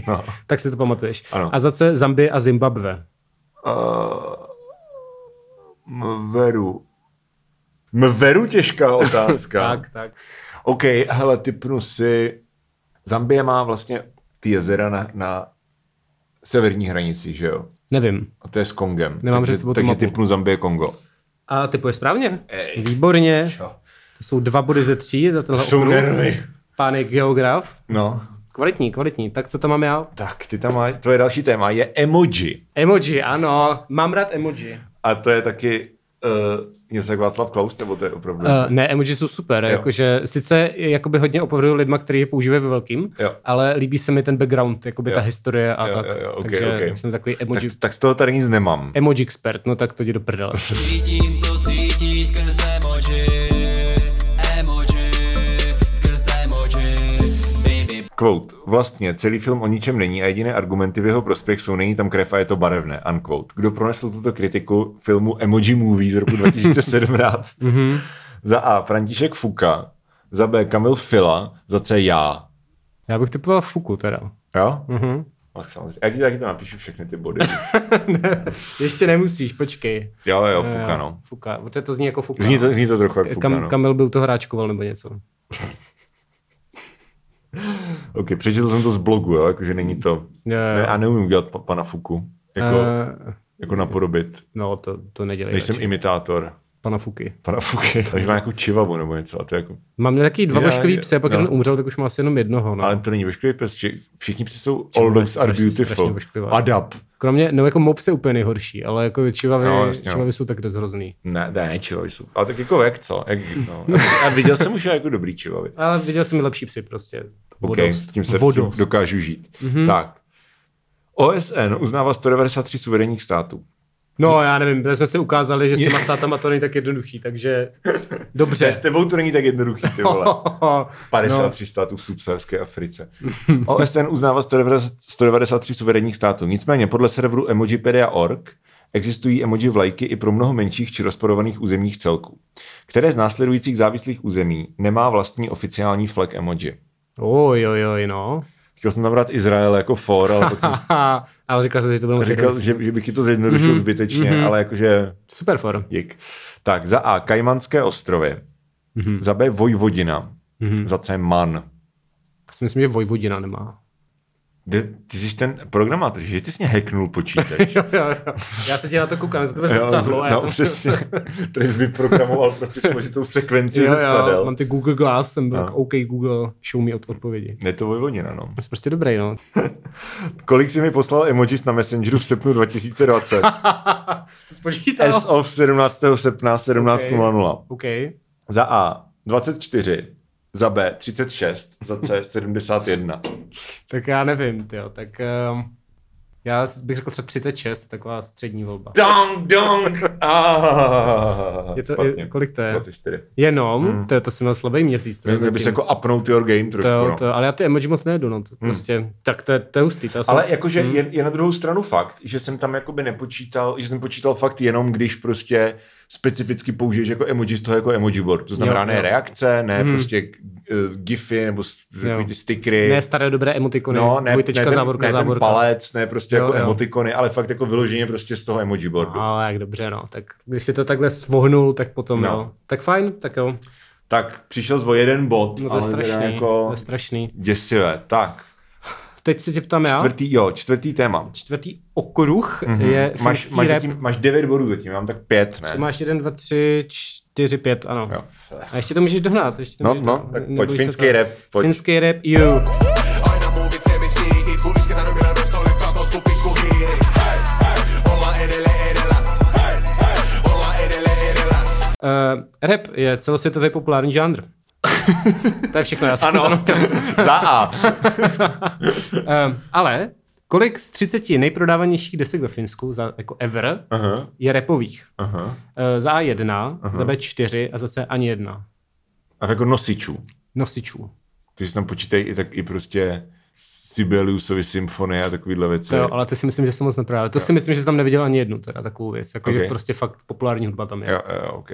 No. Tak si to pamatuješ. Ano. A za C Zambie a Zimbabwe. Mveru. Mveru těžká otázka. Tak, tak. OK, hele, typnu si... Zambie má vlastně ty jezera na, na severní hranici, že jo? Nevím. A to je s Kongem. Nemám před takže, sebou tu takže mapu. typnu Zambie Kongo. A typuješ správně? Ej. Výborně. Jo. To jsou dva body ze tří za tenhle Jsou okruh. nervy. Pán je geograf. No. Kvalitní, kvalitní. Tak co tam mám já? Tak, ty tam máš, tvoje další téma je emoji. Emoji, ano. Mám rád emoji. A to je taky uh, něco jak Václav Klaus, nebo to je opravdu... Uh, ne, emoji jsou super. Jakože, sice jakoby hodně opovrhuji lidma, kteří je používají ve velkým, Jo. ale líbí se mi ten background, jakoby ta Jo. historie a Jo, tak. jo, jo, ok, Takže ok. jsem takový emoji, tak, tak z toho tady nic nemám. emoji expert, no tak to jdi do prdele. Cítím, co cítíš skrz emoji, emoji, skrz emoji, baby. Quote. Vlastně celý film o ničem není a jediné argumenty v jeho prospěch jsou není tam krev a je to barevné. Unquote. Kdo pronesl tuto kritiku filmu Emoji Movie z roku 2017? Mhm. za A. František Fuka, za B. Kamil Fila, za C. Já. Já bych typoval Fuku teda. Jo? Mm-hmm. Mhm. Ach, samozřejmě. Já ti taky to napíšu všechny ty body. Ještě nemusíš, počkej. Eh, jo, jo, Fuka, no. Fuka, protože to zní jako Fuka. Eh, Zní to, zní to trochu jak Fuka, Kam, no. Kamil by u toho hráčkoval nebo něco. Ok, přečetl jsem to z blogu, jo, jakože není to... Jo, jo. Ne, a neumím dělat pa, pana Fuku. Jako, Eh, jako napodobit. no, to, to nedělej. Nejsem radši. imitátor. Pana Fuky. Pana Fuky. Takže má nějakou čivavu nebo něco. A to je jako Mám taky dva Já- vašklivý psy, a pak no. jeden umřel, tak už má asi jenom jednoho. No. Ale to není ošklivý pes, vši- všichni psi jsou all dogs are strašně- strašně beautiful. ošklivá. Adap. Kromě, no jako mopsy je úplně nejhorší, ale jako čivavy, No, no, jasně, no. čivavy jsou tak dost hrozný. Ne, ne, ne čivavy jsou. Ale tak jako jak co? Jak, no. A viděl jsem už jako dobrý čivavy. Ale viděl jsem i lepší psy prostě. Ok, Vodost. s tím se s tím Vodost. Mhm. dokážu žít. Tak. OSN uznává 193 suverénních států. No já nevím, tady jsme si ukázali, že s těma státama to není tak jednoduchý, takže dobře. Ne, s tebou to není tak jednoduchý, ty vole. 53 no. států v subsaharské Africe. OSN uznává 190 193 suverénních států. Nicméně podle serveru emojipedia.org existují emoji vlajky i pro mnoho menších či rozporovaných územních celků. Které z následujících závislých území nemá vlastní oficiální flag emoji? Oj, oj, oj, no. Chtěl jsem tam brát Izrael jako for, ale pak jsem Haha, ale říkal jsem si, že to bylo moc říkal, že, že bych ti to zjednodušil mm-hmm. zbytečně, mm-hmm. ale jakože Super for. dík. Tak, za A Kajmanské ostrovy, mm-hmm. za B Vojvodina, mm-hmm. za C Man. Já si myslím, že Vojvodina nemá. Ty, ty jsi ten programátor, že ty jsi mě hacknul počítač. Jo, jo, jo. Já se tě na to koukám, za tebe zrcadlo. a já no, tam- přesně. Tady jsi vyprogramoval prostě složitou sekvenci jo, jo, zrcadel. mám ty Google Glass, jsem byl no. OK Google, show mi od odpovědi. Je to Vojvodina, no. Jsi prostě dobrý, no. Kolik jsi mi poslal emojis na Messengeru v srpnu 2020? To spočítal. S of 17. srpna 17.00. OK. Za A 24, za B 36, za C 71. Tak já nevím, jo. tak um, já bych řekl třeba 36, taková střední volba. Dong, dong! Ah, Je to- je- špatně. kolik to je? 24. Jenom, hmm. to, je- to jsem měl slabý měsíc. To, je Měl bys zatím. jako upnout your game to, trošku. jo, no. to, ale já ty emoji moc nejedu, no, to prostě, tak to, je- to je hustý. To já jsem, Ale jakože Hmm. je, je na druhou stranu fakt, že jsem tam jakoby nepočítal, že jsem počítal fakt jenom, když prostě specificky použiješ jako emoji z toho jako emoji board. To znamená Jo, ne jo. Hmm. reakce, ne prostě uh, gify nebo s- takový ty stickery. ne staré dobré emotikony, No, ne, dvojtečka, ne, ten, závorka, ne ten závorka. palec, ne prostě Jo, jako jo. emotikony, ale fakt jako vyloženě prostě z toho emoji boardu. A jak dobře, no. Tak když si to takhle svohnul, tak potom, No. no. jo. Tak fajn, tak jo. Tak přišel z o jeden bod, No to je ale strašný, teda jako... jako to je strašný. děsivé. Tak, Teď se tě ptám já. Čtvrtý, čtvrtý, jo, čtvrtý téma. okruh mm-hmm. je Máš, finský máš, rap. zatím, máš devět bodů zatím, já mám tak pět, ne? Ty máš jeden, dva, tři, čtyři, pět, ano. Jo. A ještě to můžeš dohnat. Ještě to No, můžeš no, dohnat. tak pojď, neboj se finský toho. rap, pojď. Finský rap, you. Aina muuvit sevistiin, itkuiskin tänne minä nostolle katot kuin pikkuhiiri. Hei, hei, ollaan edelleen edellä. Hei, hei, ollaan edelleen edellä. Uh, rap je celosvětově populární žánr. to je všechno, já jsem Ano, to- za A. Ehm, ale kolik z 30 nejprodávanějších desek ve Finsku za jako ever Aha, je repových? aha. Eh, za A1, za B4 a za C ani jedna. A jako nosičů. Nosičů. Takže se tam počítají i tak i prostě Sibeliusovy symfonie a takovýhle věci. To jo, ale ty si myslím, že jsem moc neprávě. To si myslím, že jsi tam neviděl ani jednu teda takovou věc. Jako, Ok. že prostě fakt populární hudba tam je. jo, jo, ok.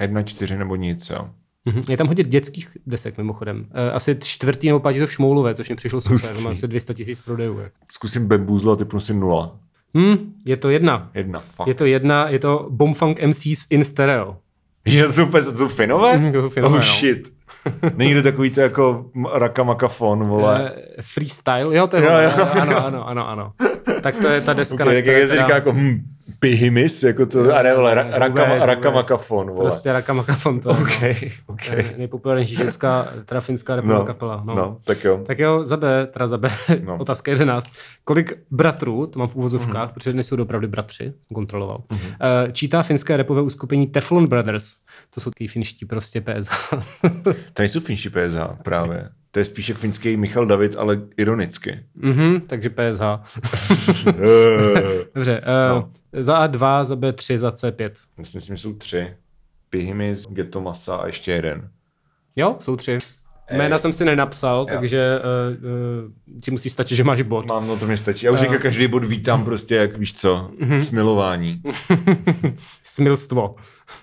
Jedna čtyři nebo nic, jo. Mhm. Je tam hodně dětských desek mimochodem. Eh, Asi čtvrtý nebo pátý jsou šmoulové, což mi přišlo super. Hustý. Mám asi 200 tisíc prodejů. jako. Zkusím bambuzla, typnu si nula. Hm, je to jedna. Jedna, fuck. Je to jedna, je to Bombfunk MCs in stereo. Je super, jsou finové? Mhm, to jsou Finové, oh no. shit. Není to takový to jako m- rakamakafon, vole. Eh, freestyle, jo, to je Jo, ono, jo. ano, ano, ano, ano. Tak to je ta deska, Okay, tak jak se říká jako hm, pihimis, jako to, a ne, vole, ra, vůbec, rakama, vůbec. rakamakafon, vole. Prostě rakamakafon to. OK, Okay. OK. No. Nejpopulárnější ženská, teda finská rapová No, no. kapela. No. no, tak jo. Tak jo, za B, teda za B, No. Mhm. no. otázka 11. Kolik bratrů, to mám v úvozovkách, mm. protože nejsou opravdu bratři, jsem kontroloval, mm. uh, čítá finské repové uskupení Teflon Brothers. To jsou takový finští prostě PSH. To nejsou finští PSH právě. To je spíš jak finský Michal David, ale ironicky. mhm, takže PSH. Eh, Dobře, uh, no. za A2, za B3, za C5. Myslím si, že jsou tři. Pihimis, Geto Masa a ještě jeden. Jo, jsou tři. Jména jsem si nenapsal, jo. takže uh, ti musí stačit, že máš bod. Mám, no to mi stačí. Já Eh. už říkám, každý bod vítám prostě, jak víš co, Mhm. smilování. Smilstvo.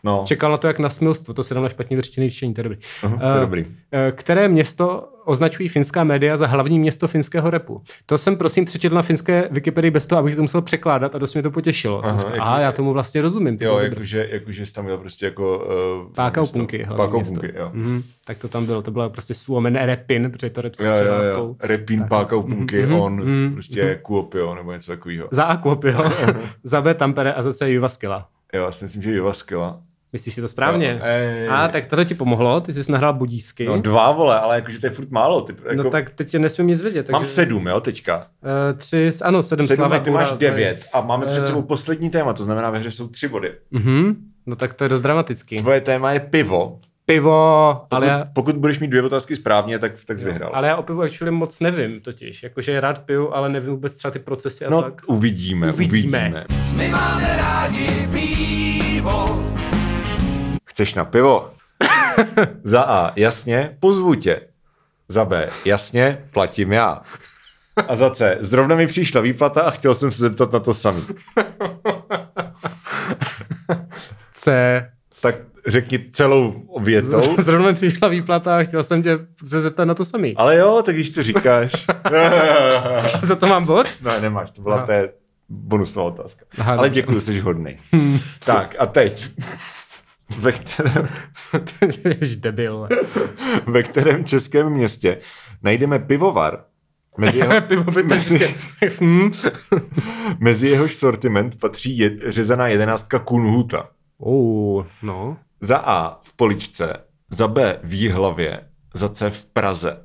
No, Čekal na to, jak na smilstvo, to se dám na špatně vyřčený čtení, to je dobrý. Aha, to je Eh, dobrý. eh, Které město označují finská média za hlavní město finského repu? To jsem prosím přečetl na finské Wikipedii bez toho, abych si to musel překládat a dost mě to potěšilo. Aha, Aha, jsem, jako- aha já tomu vlastně rozumím. to jo, bylo dobré. jakože, jakože jsi tam měl prostě jako... Uh, Pákaupunky, hlavní Pákaupunky, město. jo. Mhm, tak to tam bylo, to bylo prostě Suomen Repin, protože to rep s Jo, jo, přeláskou. jo. Repín, Pákaupunky, Mhm, on, prostě Kuop, jo, nebo něco takového. Za A Kuopio, za B Tampere a za C Jyväskylä. Jo, já si myslím, že Jova skvělá. Myslíš si to správně? Jo, ej. a tak tohle ti pomohlo, ty jsi nahrál budísky. No dva, vole, ale jakože to je furt málo. Ty, jako, No tak teď tě nesmím nic vědět. Mám takže- sedm, jo, teďka. Eh, tři, s- ano, sedm, Sedm a Slávek ty máš Ural, to je- devět. A máme před Eh. sebou poslední téma, to znamená ve hře jsou tři body. Mhm. No tak to je dost dramatický. Tvoje téma je pivo. Pivo, ale Pokud, já, pokud budeš mít dvě otázky správně, tak, tak jsi vyhrál. ale já o pivu actually moc nevím totiž. Jakože rád piju, ale nevím vůbec třeba ty procesy a No, tak. uvidíme, uvidíme, Uvidíme. uvidíme. Me máme rádi pivo. Chceš na pivo? Za A, jasně, pozvu tě. Za B, jasně, platím já. A za C, zrovna mi přišla výplata a chtěl jsem se zeptat na to samý. C. tak řekni celou větou. Zrovna mi přišla výplata a chtěl jsem tě se zeptat na to samý. Ale jo, tak když to říkáš. Za to mám bod? ne, nemáš, to byla Aha. té bonusová otázka. Aha, Ale dobře. Hmm. děkuji, jsi hodný. tak a teď, ve kterém, Jsi debil. vole. ve kterém českém městě najdeme pivovar, mezi, jeho, Pivo by tak Mezi- vždycky- Hm. mezi jehož sortiment patří je, řezaná jedenáctka Kunhuta. Ou, no. Za A v Poličce, za B v Jihlavě, za C v Praze.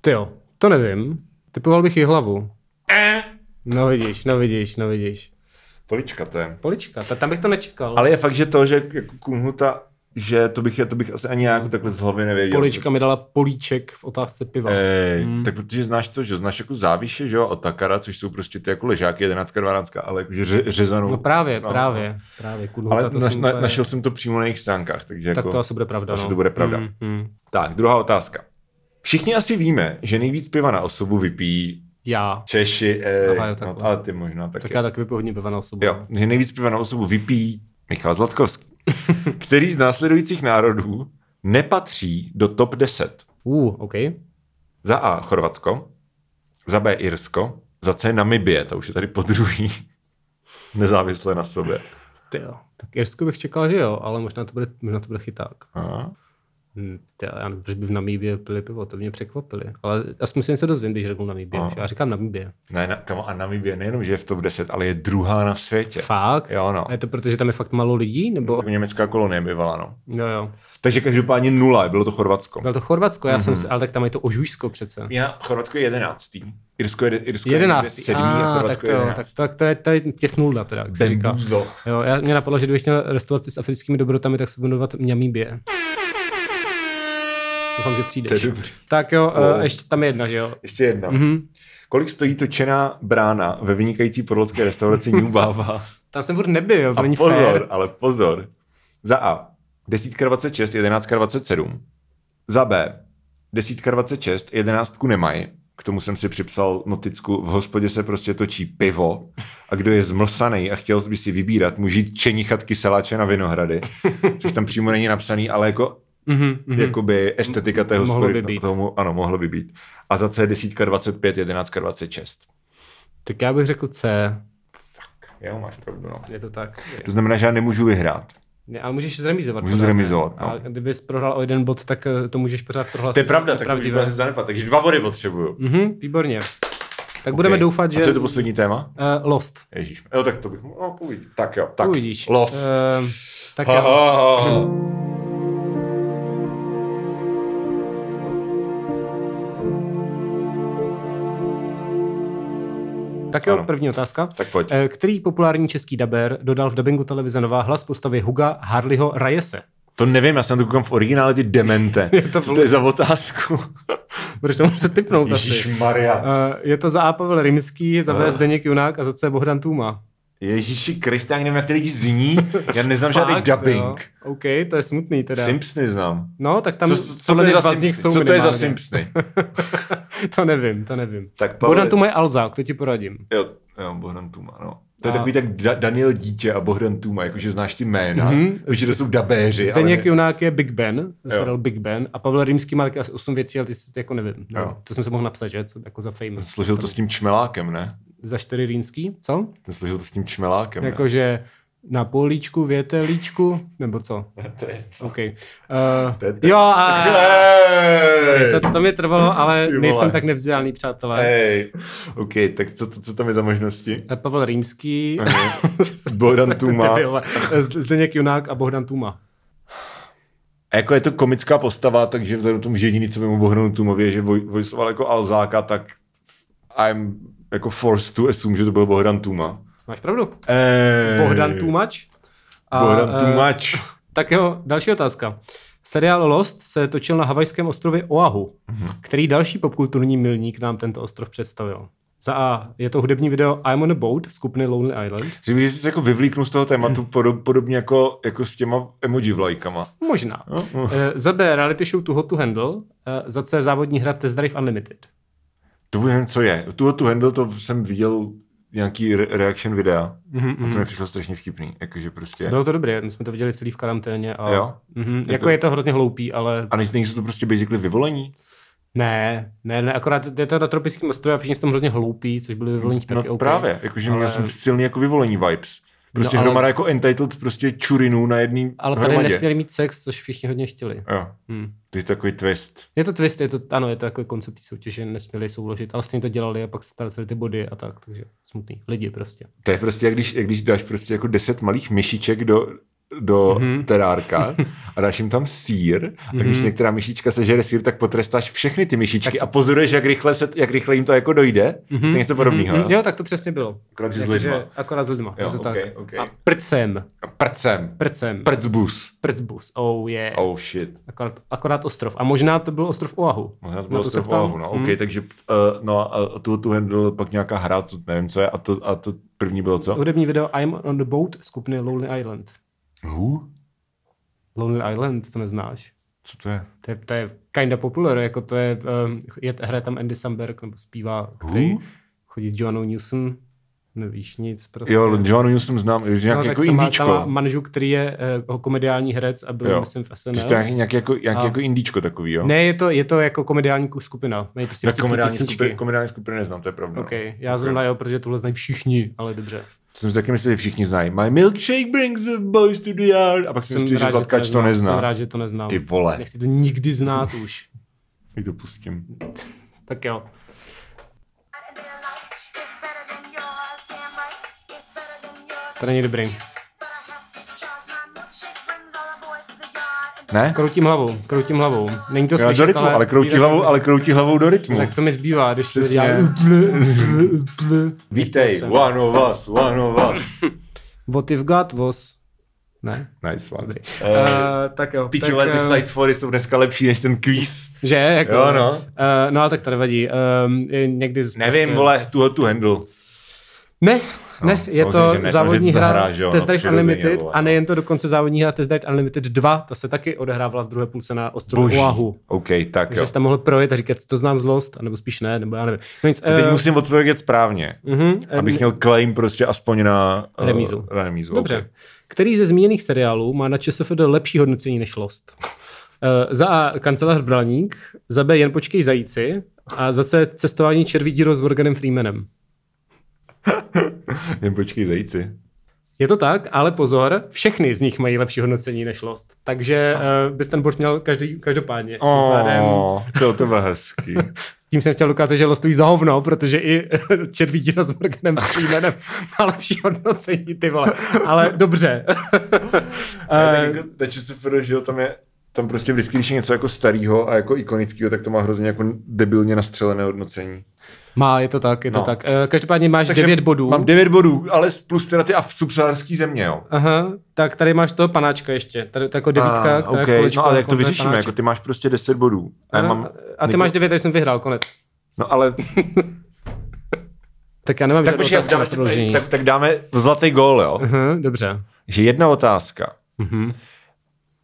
Ty jo, to nevím. Typoval bych i hlavu. Eh? No vidíš, no vidíš, no vidíš. Polička to je. Polička, ta, tam bych to nečekal. Ale je fakt, že to, že jako Kunhuta, že to bych, to bych asi ani nějak takhle z hlavy nevěděl. Polička mi dala políček v otázce piva. Ej, hmm. tak protože znáš to, že znáš jako záviše, že jo, a takara, což jsou prostě ty jako ležáky, jedenáctka, dvanáctka, ale jako ře, řezanou. No právě, no, právě, právě. Kudhuta, Ale to naš, jsem na, úplně- našel jsem to přímo na jejich stránkách, takže Tak jako, to asi bude pravda, asi no. to bude pravda. Mm, mm. Tak, druhá otázka. Všichni asi víme, že nejvíc piva na osobu vypijí Já. Češi, ej, Aha, jo, no, takhle. ale ty možná taky. Tak já taky vypiju hodně piva na osobu. Jo, že nejvíc piva na osobu vypíjí Michal Zlatkovský, který z následujících národů nepatří do top 10. Uh, OK. Za A Chorvatsko, za B Irsko, za C Namibie, ta už je tady po druhý, nezávisle na sobě. Ty jo. Tak Irsko bych čekal, že jo, ale možná to bude, možná to bude chyták. A? Hm, Ty, jo, já nevím, proč by v Namíbě pili pivo, to by mě překvapili. Ale aspoň se něco dozvím, když řeknu Namíbě. Aha. že? Já říkám Namíbě. Ne, na, kamo, a Namibie nejenom, že je v top 10, ale je druhá na světě. Fakt? Jo, no. A je to proto, že tam je fakt málo lidí? Nebo... Jako Německá kolonie bývala, no. Jo, jo. Takže každopádně nula, bylo to Chorvatsko. Bylo to Chorvatsko, já mm-hmm. jsem si, ale tak tam je to Ožujsko přece. Já, Chorvatsko Mhm. je jedenáctý. Irsko je, Irsko Jedenáctý. je sedmý a, Ah, Chorvatsko tak to, je jo, tak, jedenáctý. tak to, je, to je těsnulda teda, jak se Ten říká. bůzdo. Jo, já, mě napadlo, že kdybych chtěl restauraci s africkými dobrotami, tak se budu jmenovat Mňamíbě. Doufám, že přijdeš. To je dobrý. Tak jo, No. no. ještě tam je jedna, že jo? Ještě jedna. Mhm. Kolik stojí točená brána ve vynikající podolské restauraci New Bava? Tam jsem furt nebyl, to A není pozor, fér. ale pozor. Za A. Desítka 26, jedenáctka 27. Za B. Desítka 26, jedenáctku nemají. K tomu jsem si připsal noticku, v hospodě se prostě točí pivo a kdo je zmlsaný a chtěl by si vybírat, může jít čenichat kyseláče na Vinohrady, což tam přímo není napsaný, ale jako Mhm, mhm. jakoby estetika té Mohlo hospody. by být. Tomu, ano, mohlo by být. A za C desítka 25, jedenáctka 26. Tak já bych řekl C. Jo, máš pravdu, no. Je to tak. To znamená, že já nemůžu vyhrát. Ne, ale můžeš zremizovat. Můžu pořád, ne? zremizovat, no. A kdybys prohrál o jeden bod, tak eh, to můžeš pořád prohlásit. To je pravda, tak za to bych pravdivé. asi zanepad. Takže dva body potřebuju. Mhm, výborně. Tak budeme Ok. doufat, že... A co je to poslední téma? Eh, Lost. Ježíš. Jo, tak to bych mohl no, uvidí. Tak jo, tak. Uvidíš. Lost. Eh, tak Ha, jo. ha, ha, ha. Tak jo, Ano. první otázka. Tak pojď. Eh, Který populární český daber dodal v dabingu televize Nová hlas postavy Huga Harleyho Rajese? To nevím, já jsem to koukám v originále, ty demente. to Co to je za otázku? Budeš to muset typnout asi. Ježíš Eh. Maria. Eh, Je to za A Pavel Rimský, za B Zdeněk Junák a za C Bohdan Tůma. Ježíši Krista, já nevím, jak ty lidi zní. Já neznám žádný Fakt, dubbing. jo. OK, to je smutný teda. Simpsony znám. No, tak tam Co, co, co, podle to, je mě za dva z nich Simpsony? jsou co to je za minimálně. Simpsony? to nevím, to nevím. Tak Pavel- Bohdan Tůma je Alzák, to ti poradím. Jo, jo, Bohdan Tuma, no. To je A- takový tak da- Daniel Dítě a Bohdan Tuma, jakože znáš ty jména, Mhm. mm-hmm. že to jsou dabéři. ale Zdeněk ne- Junák je Big Ben, Jo. zadal Big Ben a Pavel Rimský má taky asi 8 věcí, ale ty si jako nevím. Jo. No, to jsem se mohl napsat, že? Co, jako za famous. Složil to s tím čmelákem, ne? Za 4 Rýnský, co? Ten složil to s tím čmelákem. ne? Jakože na políčku, větelíčku, nebo co? OK. To je Uh, ten- jo, a Hej! to, to mi trvalo, ale Ty vole. Eh. nejsem tak nevzdělaný, přátelé. Hej. OK, tak co, co, co tam je za možnosti? Eh, Pavel Rýmský, Bohdan Tuma. debil, eh, Z- Zdeněk Junák a Bohdan Tuma. A jako je to komická postava, takže vzhledem k tomu, že jediný, co vím o Bohdanu Tumovi, je, že voj- voiceoval jako Alzáka, tak I'm jako forced to assume, že to byl Bohdan Tuma. Máš pravdu. Ej. Bohdan Tumač. A, Eh. Bohdan eh, Tumač. Tak jo, další otázka. Seriál Lost se točil na havajském ostrově Oahu. Mhm. Mm-hmm. Který další popkulturní milník nám tento ostrov představil? Za A je to hudební video I'm on a boat skupiny Lonely Island. Že bych si jako vyvlíknu z toho Hmm. tématu podob, podobně jako, jako s těma emoji vlajkama. Možná. No, no. Eh, Za B reality show Too Hot to Handle, eh, za C závodní hra Test Drive Unlimited. To vím, co je. Tuhle tu handle to jsem viděl nějaký re- reaction videa. Mhm, Mm-hmm. A to mi přišlo strašně vtipný. Jakože prostě... Bylo to dobré, my jsme to viděli celý v karanténě. A... Jo? Mhm, Je jako to- je to hrozně hloupý, ale A nejsou nejsou to prostě basically vyvolení? ne, ne, ne, akorát je to na tropickém ostrově a všichni jsou tam hrozně hloupí, což byli vyvolení taky no OK. právě, jakože měl Ale- jsem silný jako vyvolení vibes. Prostě No, no, ale- hromada jako entitled prostě čurinů na jedný Ale tady No, hromadě. nesměli mít sex, což všichni hodně chtěli. Jo. Hmm. To je takový twist. Je to twist, je to, ano, je to jako koncept té soutěže, nesměli souložit, ale stejně to dělali a pak ztráceli ty body a tak, takže smutný. Lidi prostě. To je prostě, jak když, jak když dáš prostě jako deset malých myšiček do, do Mhm. mm-hmm. terárka a dáš jim tam sír a když některá myšička sežere sír, tak potrestáš všechny ty myšičky a pozoruješ, jak rychle, se, jak rychle jim to jako dojde. Mm-hmm. To je něco podobného. Mm, Mm-hmm. jo, tak to přesně bylo. Akorát, že s Takže lidma. Akorát s lidma, Jo, je to okej, tak. okej. A prcem, Prcem. prcem, Pr- Prcbus. prcbus, oh yeah. Oh shit. Akorát, akorát ostrov. A možná to byl ostrov Oahu. Možná to Na bylo se ostrov ptám. Mhm. Hmm. Oahu, no. OK, takže uh, no a tu, tu handle pak nějaká hra, to nevím, co je, a to, a to první bylo co? Hudební video I'm on the boat skupiny Lonely Island. Who? Lonely Island, to neznáš. Co to je? To je, to je kinda popular, jako to je, um, je, hraje tam Andy Samberg, nebo zpívá, který Who? chodí s Joannou Newsom, nevíš nic prostě. No, Jo, John Newsom znám, že nějaký tak jako to má, tam má indíčko. manžu, který je uh, komediální herec a byl, Jo. myslím, v SNL. To je nějaký, nějaký, jako, nějaký A- jako indíčko takový, jo? Ne, je to, je to jako komediální ku- skupina. Mají prostě Tak vtipný Jako komediální písničky. skupiny, komediální skupiny neznám, to je pravda. no. Okay, já zrovna jo, protože tohle znají všichni, ale dobře. To jsem si taky myslel, že všichni znají. My milkshake brings the boys to the yard. A pak jsem si že Zlatkač to Jsem nezná. rád, že to neznám. Ty vole. Nechci to nikdy znát už. Tak to pustím. Tak jo. To není dobrý. Ne? Kroutím hlavou, kroutím hlavou. Není to Já slyšet, do rytmu, ale kroutí výrazně- hlavou, ale kroutí hlavou do rytmu. Tak co mi zbývá, když to No. Přesně. dělám? Vítej, jsem. one of us, one of us. What if God was... Ne, Nice one. dobrý. Eh, Uh, tak jo. Pičové tak, ty eh, side fory jsou dneska lepší než ten quiz. Že? Jako, Jo, no. Uh, no ale tak to nevadí. Um, někdy z- Nevím, prostě- vole, tuhle tu handle. Ne, ne, je samozřejmě, to že ne, závodní samozřejmě to hra hra, že jo, Test no, Drive přirozeně, Unlimited vole, a no. nejen to dokonce závodní hra Test Drive Unlimited 2, ta se taky odehrávala v druhé půlce na ostrově Oahu. OK, tak Takže jo. jsi tam mohl projet a říkat, si to znám zlost, anebo spíš ne, nebo já nevím. No nic, Teď eh, musím odpovědět správně, mhm, eh, abych měl claim prostě aspoň na eh, Remízu. na remízu. Dobře. OK. Který ze zmíněných seriálů má na ČSFD lepší hodnocení než Lost? Eh, za A. Kancelář Bralník, za B. Jen počkej zajíci a za C. Cestování červí díro s Morganem Freemanem. Jen počkej, zajíci. Je to tak, ale pozor, všechny z nich mají lepší hodnocení než Lost. Takže uh, bys ten bod měl každý, každopádně. Tím pádem- Oh, to je to bylo hezký. Tím jsem chtěl ukázat, že Lostují za hovno, protože i červí díra s Morganem Freemanem má lepší hodnocení, ty vole. Ale dobře. Eh, Ale tak jako, takže se pro, že jo, tam je tam prostě vždycky, když je něco jako starého a jako ikonického, tak to má hrozně jako debilně nastřelené hodnocení. Má, je to tak, je to No. tak. Eh, Každopádně máš Takže 9 bodů. Mám 9 bodů, ale s- plus teda ty a v subsaharský země, jo. Aha, tak tady máš toho panáčka ještě. Tady to je jako devítka, Ah, která je okay. kolečko, no ale jak to kolem toho je vyřešíme, panáček. jako ty máš prostě 10 bodů. A, já Aha, mám A ty něko- máš 9, takže jsem vyhrál, konec. No ale, Tak já nemám tak žádnou počkej, otázku dáme na si, prodloužení. tak, No, tak dáme zlatý gól, jo. Aha, Dobře. Že jedna otázka. Mhm.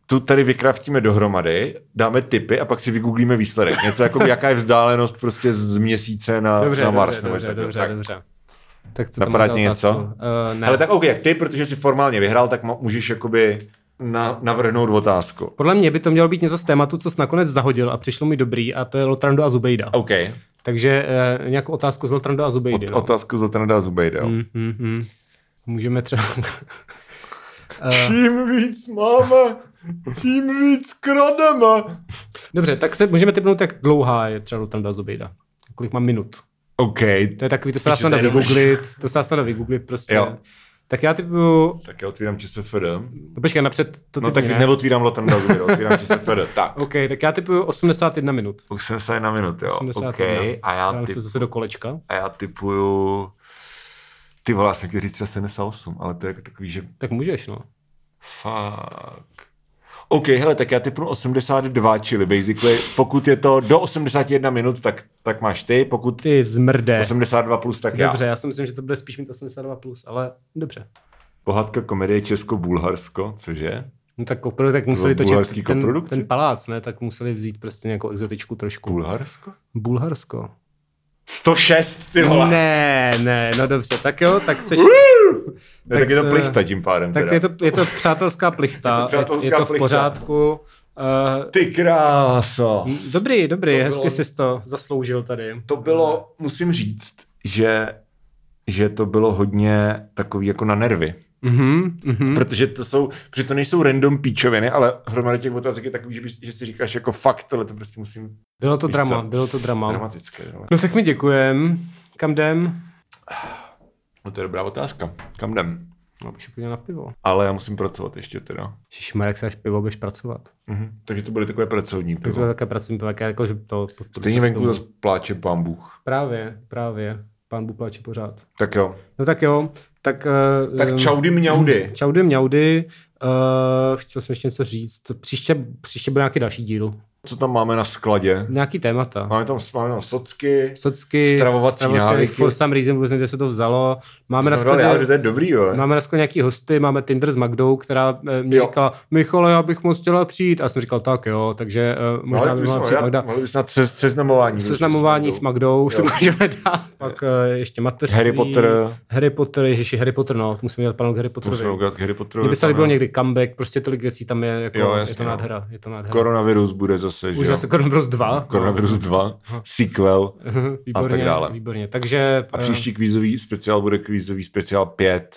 Tu tady vykraftíme dohromady, dáme tipy a pak si vygooglíme výsledek. Něco jako jaká je vzdálenost prostě z měsíce na, Dobře, na dobře, Mars. nebo dobře, něco dobře, dobře, tak. dobře. Tak co Napadá tam ti něco? Uh, ne. Ale tak OK, jak ty, protože jsi formálně vyhrál, tak mo- můžeš jakoby na, navrhnout otázku. Podle mě by to mělo být něco z tématu, co jsi nakonec zahodil a přišlo mi dobrý, a to je Lotrando a Zubejda. OK, Takže eh, nějakou otázku z Lotrando a Zubejdy. Ot- no. otázku za ten dá zubejde. Mm. Mm-hmm. Můžeme třeba... Čím víc máme, tím víc krademe. Dobře, tak se můžeme typnout, jak dlouhá je třeba Lotrando a Zubejda. Kolik má minut. OK, To je takový, to se dá Pičo, to snadno je dobrý. vygooglit, to se dá snadno vygooglit prostě. Jo. Tak já typu... tak já otvírám ČSFD. No, počkej, napřed to No typni, tak ne? neotvírám Lotranda zubejde, otvírám ČSFD. Tak. OK, tak já typuju 81 minut. 81 minut, jo. 81. OK, a já, typu... typ, zase do kolečka. a já typuju... Ty vole, já jsem chtěl říct třeba 78, ale to je jako takový, že Tak můžeš, no. fuck. OK, hele, tak já typnu 82, čili basically, pokud je to do 81 minut, tak, tak máš ty, pokud Ty zmrde. 82 plus, tak Dobře, já. já si myslím, že to bude spíš mít 82+, plus, ale dobře. Pohádka komedie Česko-Bulharsko, cože? No tak, kopr- tak museli bylo bulharský točit ten, koprodukce? ten palác, ne? Tak museli vzít prostě nějakou exotičku trošku. Bulharsko? Bulharsko. 106, ty vole. Ne, ne, no dobře, tak jo, tak seš, Ne, tak, tak je to se- plichta tím pádem. tak teda. je to, je to přátelská plichta, Je je to to, přátelská je to v plichta. pořádku. Uh, Ty kráso. dobrý, dobrý, To hezky bylo- jsi to zasloužil tady. To bylo, musím říct, že, že to bylo hodně takový jako na nervy. Mhm, mhm. Protože to jsou, protože to nejsou random píčoviny, ale hromada těch otázek je takový, že, bys- že si říkáš jako fakt, tohle to prostě musím Bylo to Víš drama, co? bylo to drama. dramatické. Tohle. No tak mi děkujem. Kam jdem? No to je dobrá otázka. Kam jdem? No, bych na pivo. Ale já musím pracovat ještě teda. Ježišmarek, se až pivo budeš pracovat. Mhm. Takže to bude takové pracovní Tak to pivo. je také pracovní pivo, tak já jako, že to... Stejně venku to pláče pán Bůh. Právě, právě. Pán Bůh pláče pořád. Tak jo. No tak jo, tak... Uh, Tak čaudy mňaudy. Čaudy mňaudy. Uh, chtěl jsem ještě něco říct. Příště, příště bude nějaký další díl. Co tam máme na skladě? Nějaký témata. Máme tam, máme tam socky. Socky, Stravovací návyky. For some reason, vůbec nevím, kde se to vzalo. Máme na Skladě, ale skladě... No, to je dobrý, jo. Máme dneska nějaký hosty, máme Tinder s Magdou, která eh, mě Jo. jo. říkala, Michale, já bych moc chtěla přijít. A já jsem říkal, tak jo, takže eh, No, možná ale by by mohla přijít Magda. mohli bychom dát se, seznamování. Seznamování s Magdou si Jo. můžeme dát. Pak eh, ještě mateřství. Harry Potter. Harry Potter, ježiši, Harry Potter, no, musíme dělat panel k Harry Potterovi. Musíme udělat k Harry Potterovi. Mně by se tam, líbilo jo. někdy comeback, prostě tolik věcí tam je, jako, Jo, jo, jasně, je to no. nádhera, je to nádhera. Koronavirus bude zase, že Už jo? zase Koronavirus 2. Koronavirus 2, sequel a výborně, tak dále. Výborně, takže... A eh, příští kvízový speciál bude kvízový speciál 5.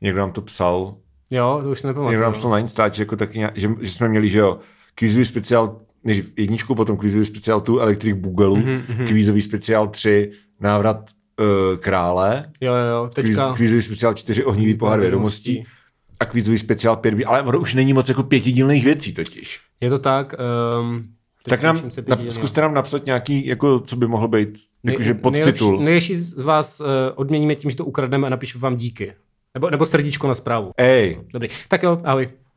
Někdo nám to psal. Jo, to už se nepamatuju. Někdo nám no. psal na Instač, jako taky, nějak- že, že, jsme měli, že jo, kvízový speciál než jedničku, potom kvízový speciál tu Electric Boogaloo, Mhm, mm-hmm. kvízový speciál 3 návrat uh, krále, Jo, jo, jo, kvíz, teďka... kvízový speciál 4 ohnivý pohár vědomostí a kvízový speciál 5, ale ono už není moc jako pětidílných věcí totiž. Je to tak. Um, Tak nám, na, zkuste nám napsat nějaký, jako, co by mohl být, jakože podtitul. Nejlepší z vás uh, odměníme tím, že to ukradneme a napíšu vám díky. Nebo, nebo srdíčko na zprávu. Ej, Dobrý, tak jo, ahoj.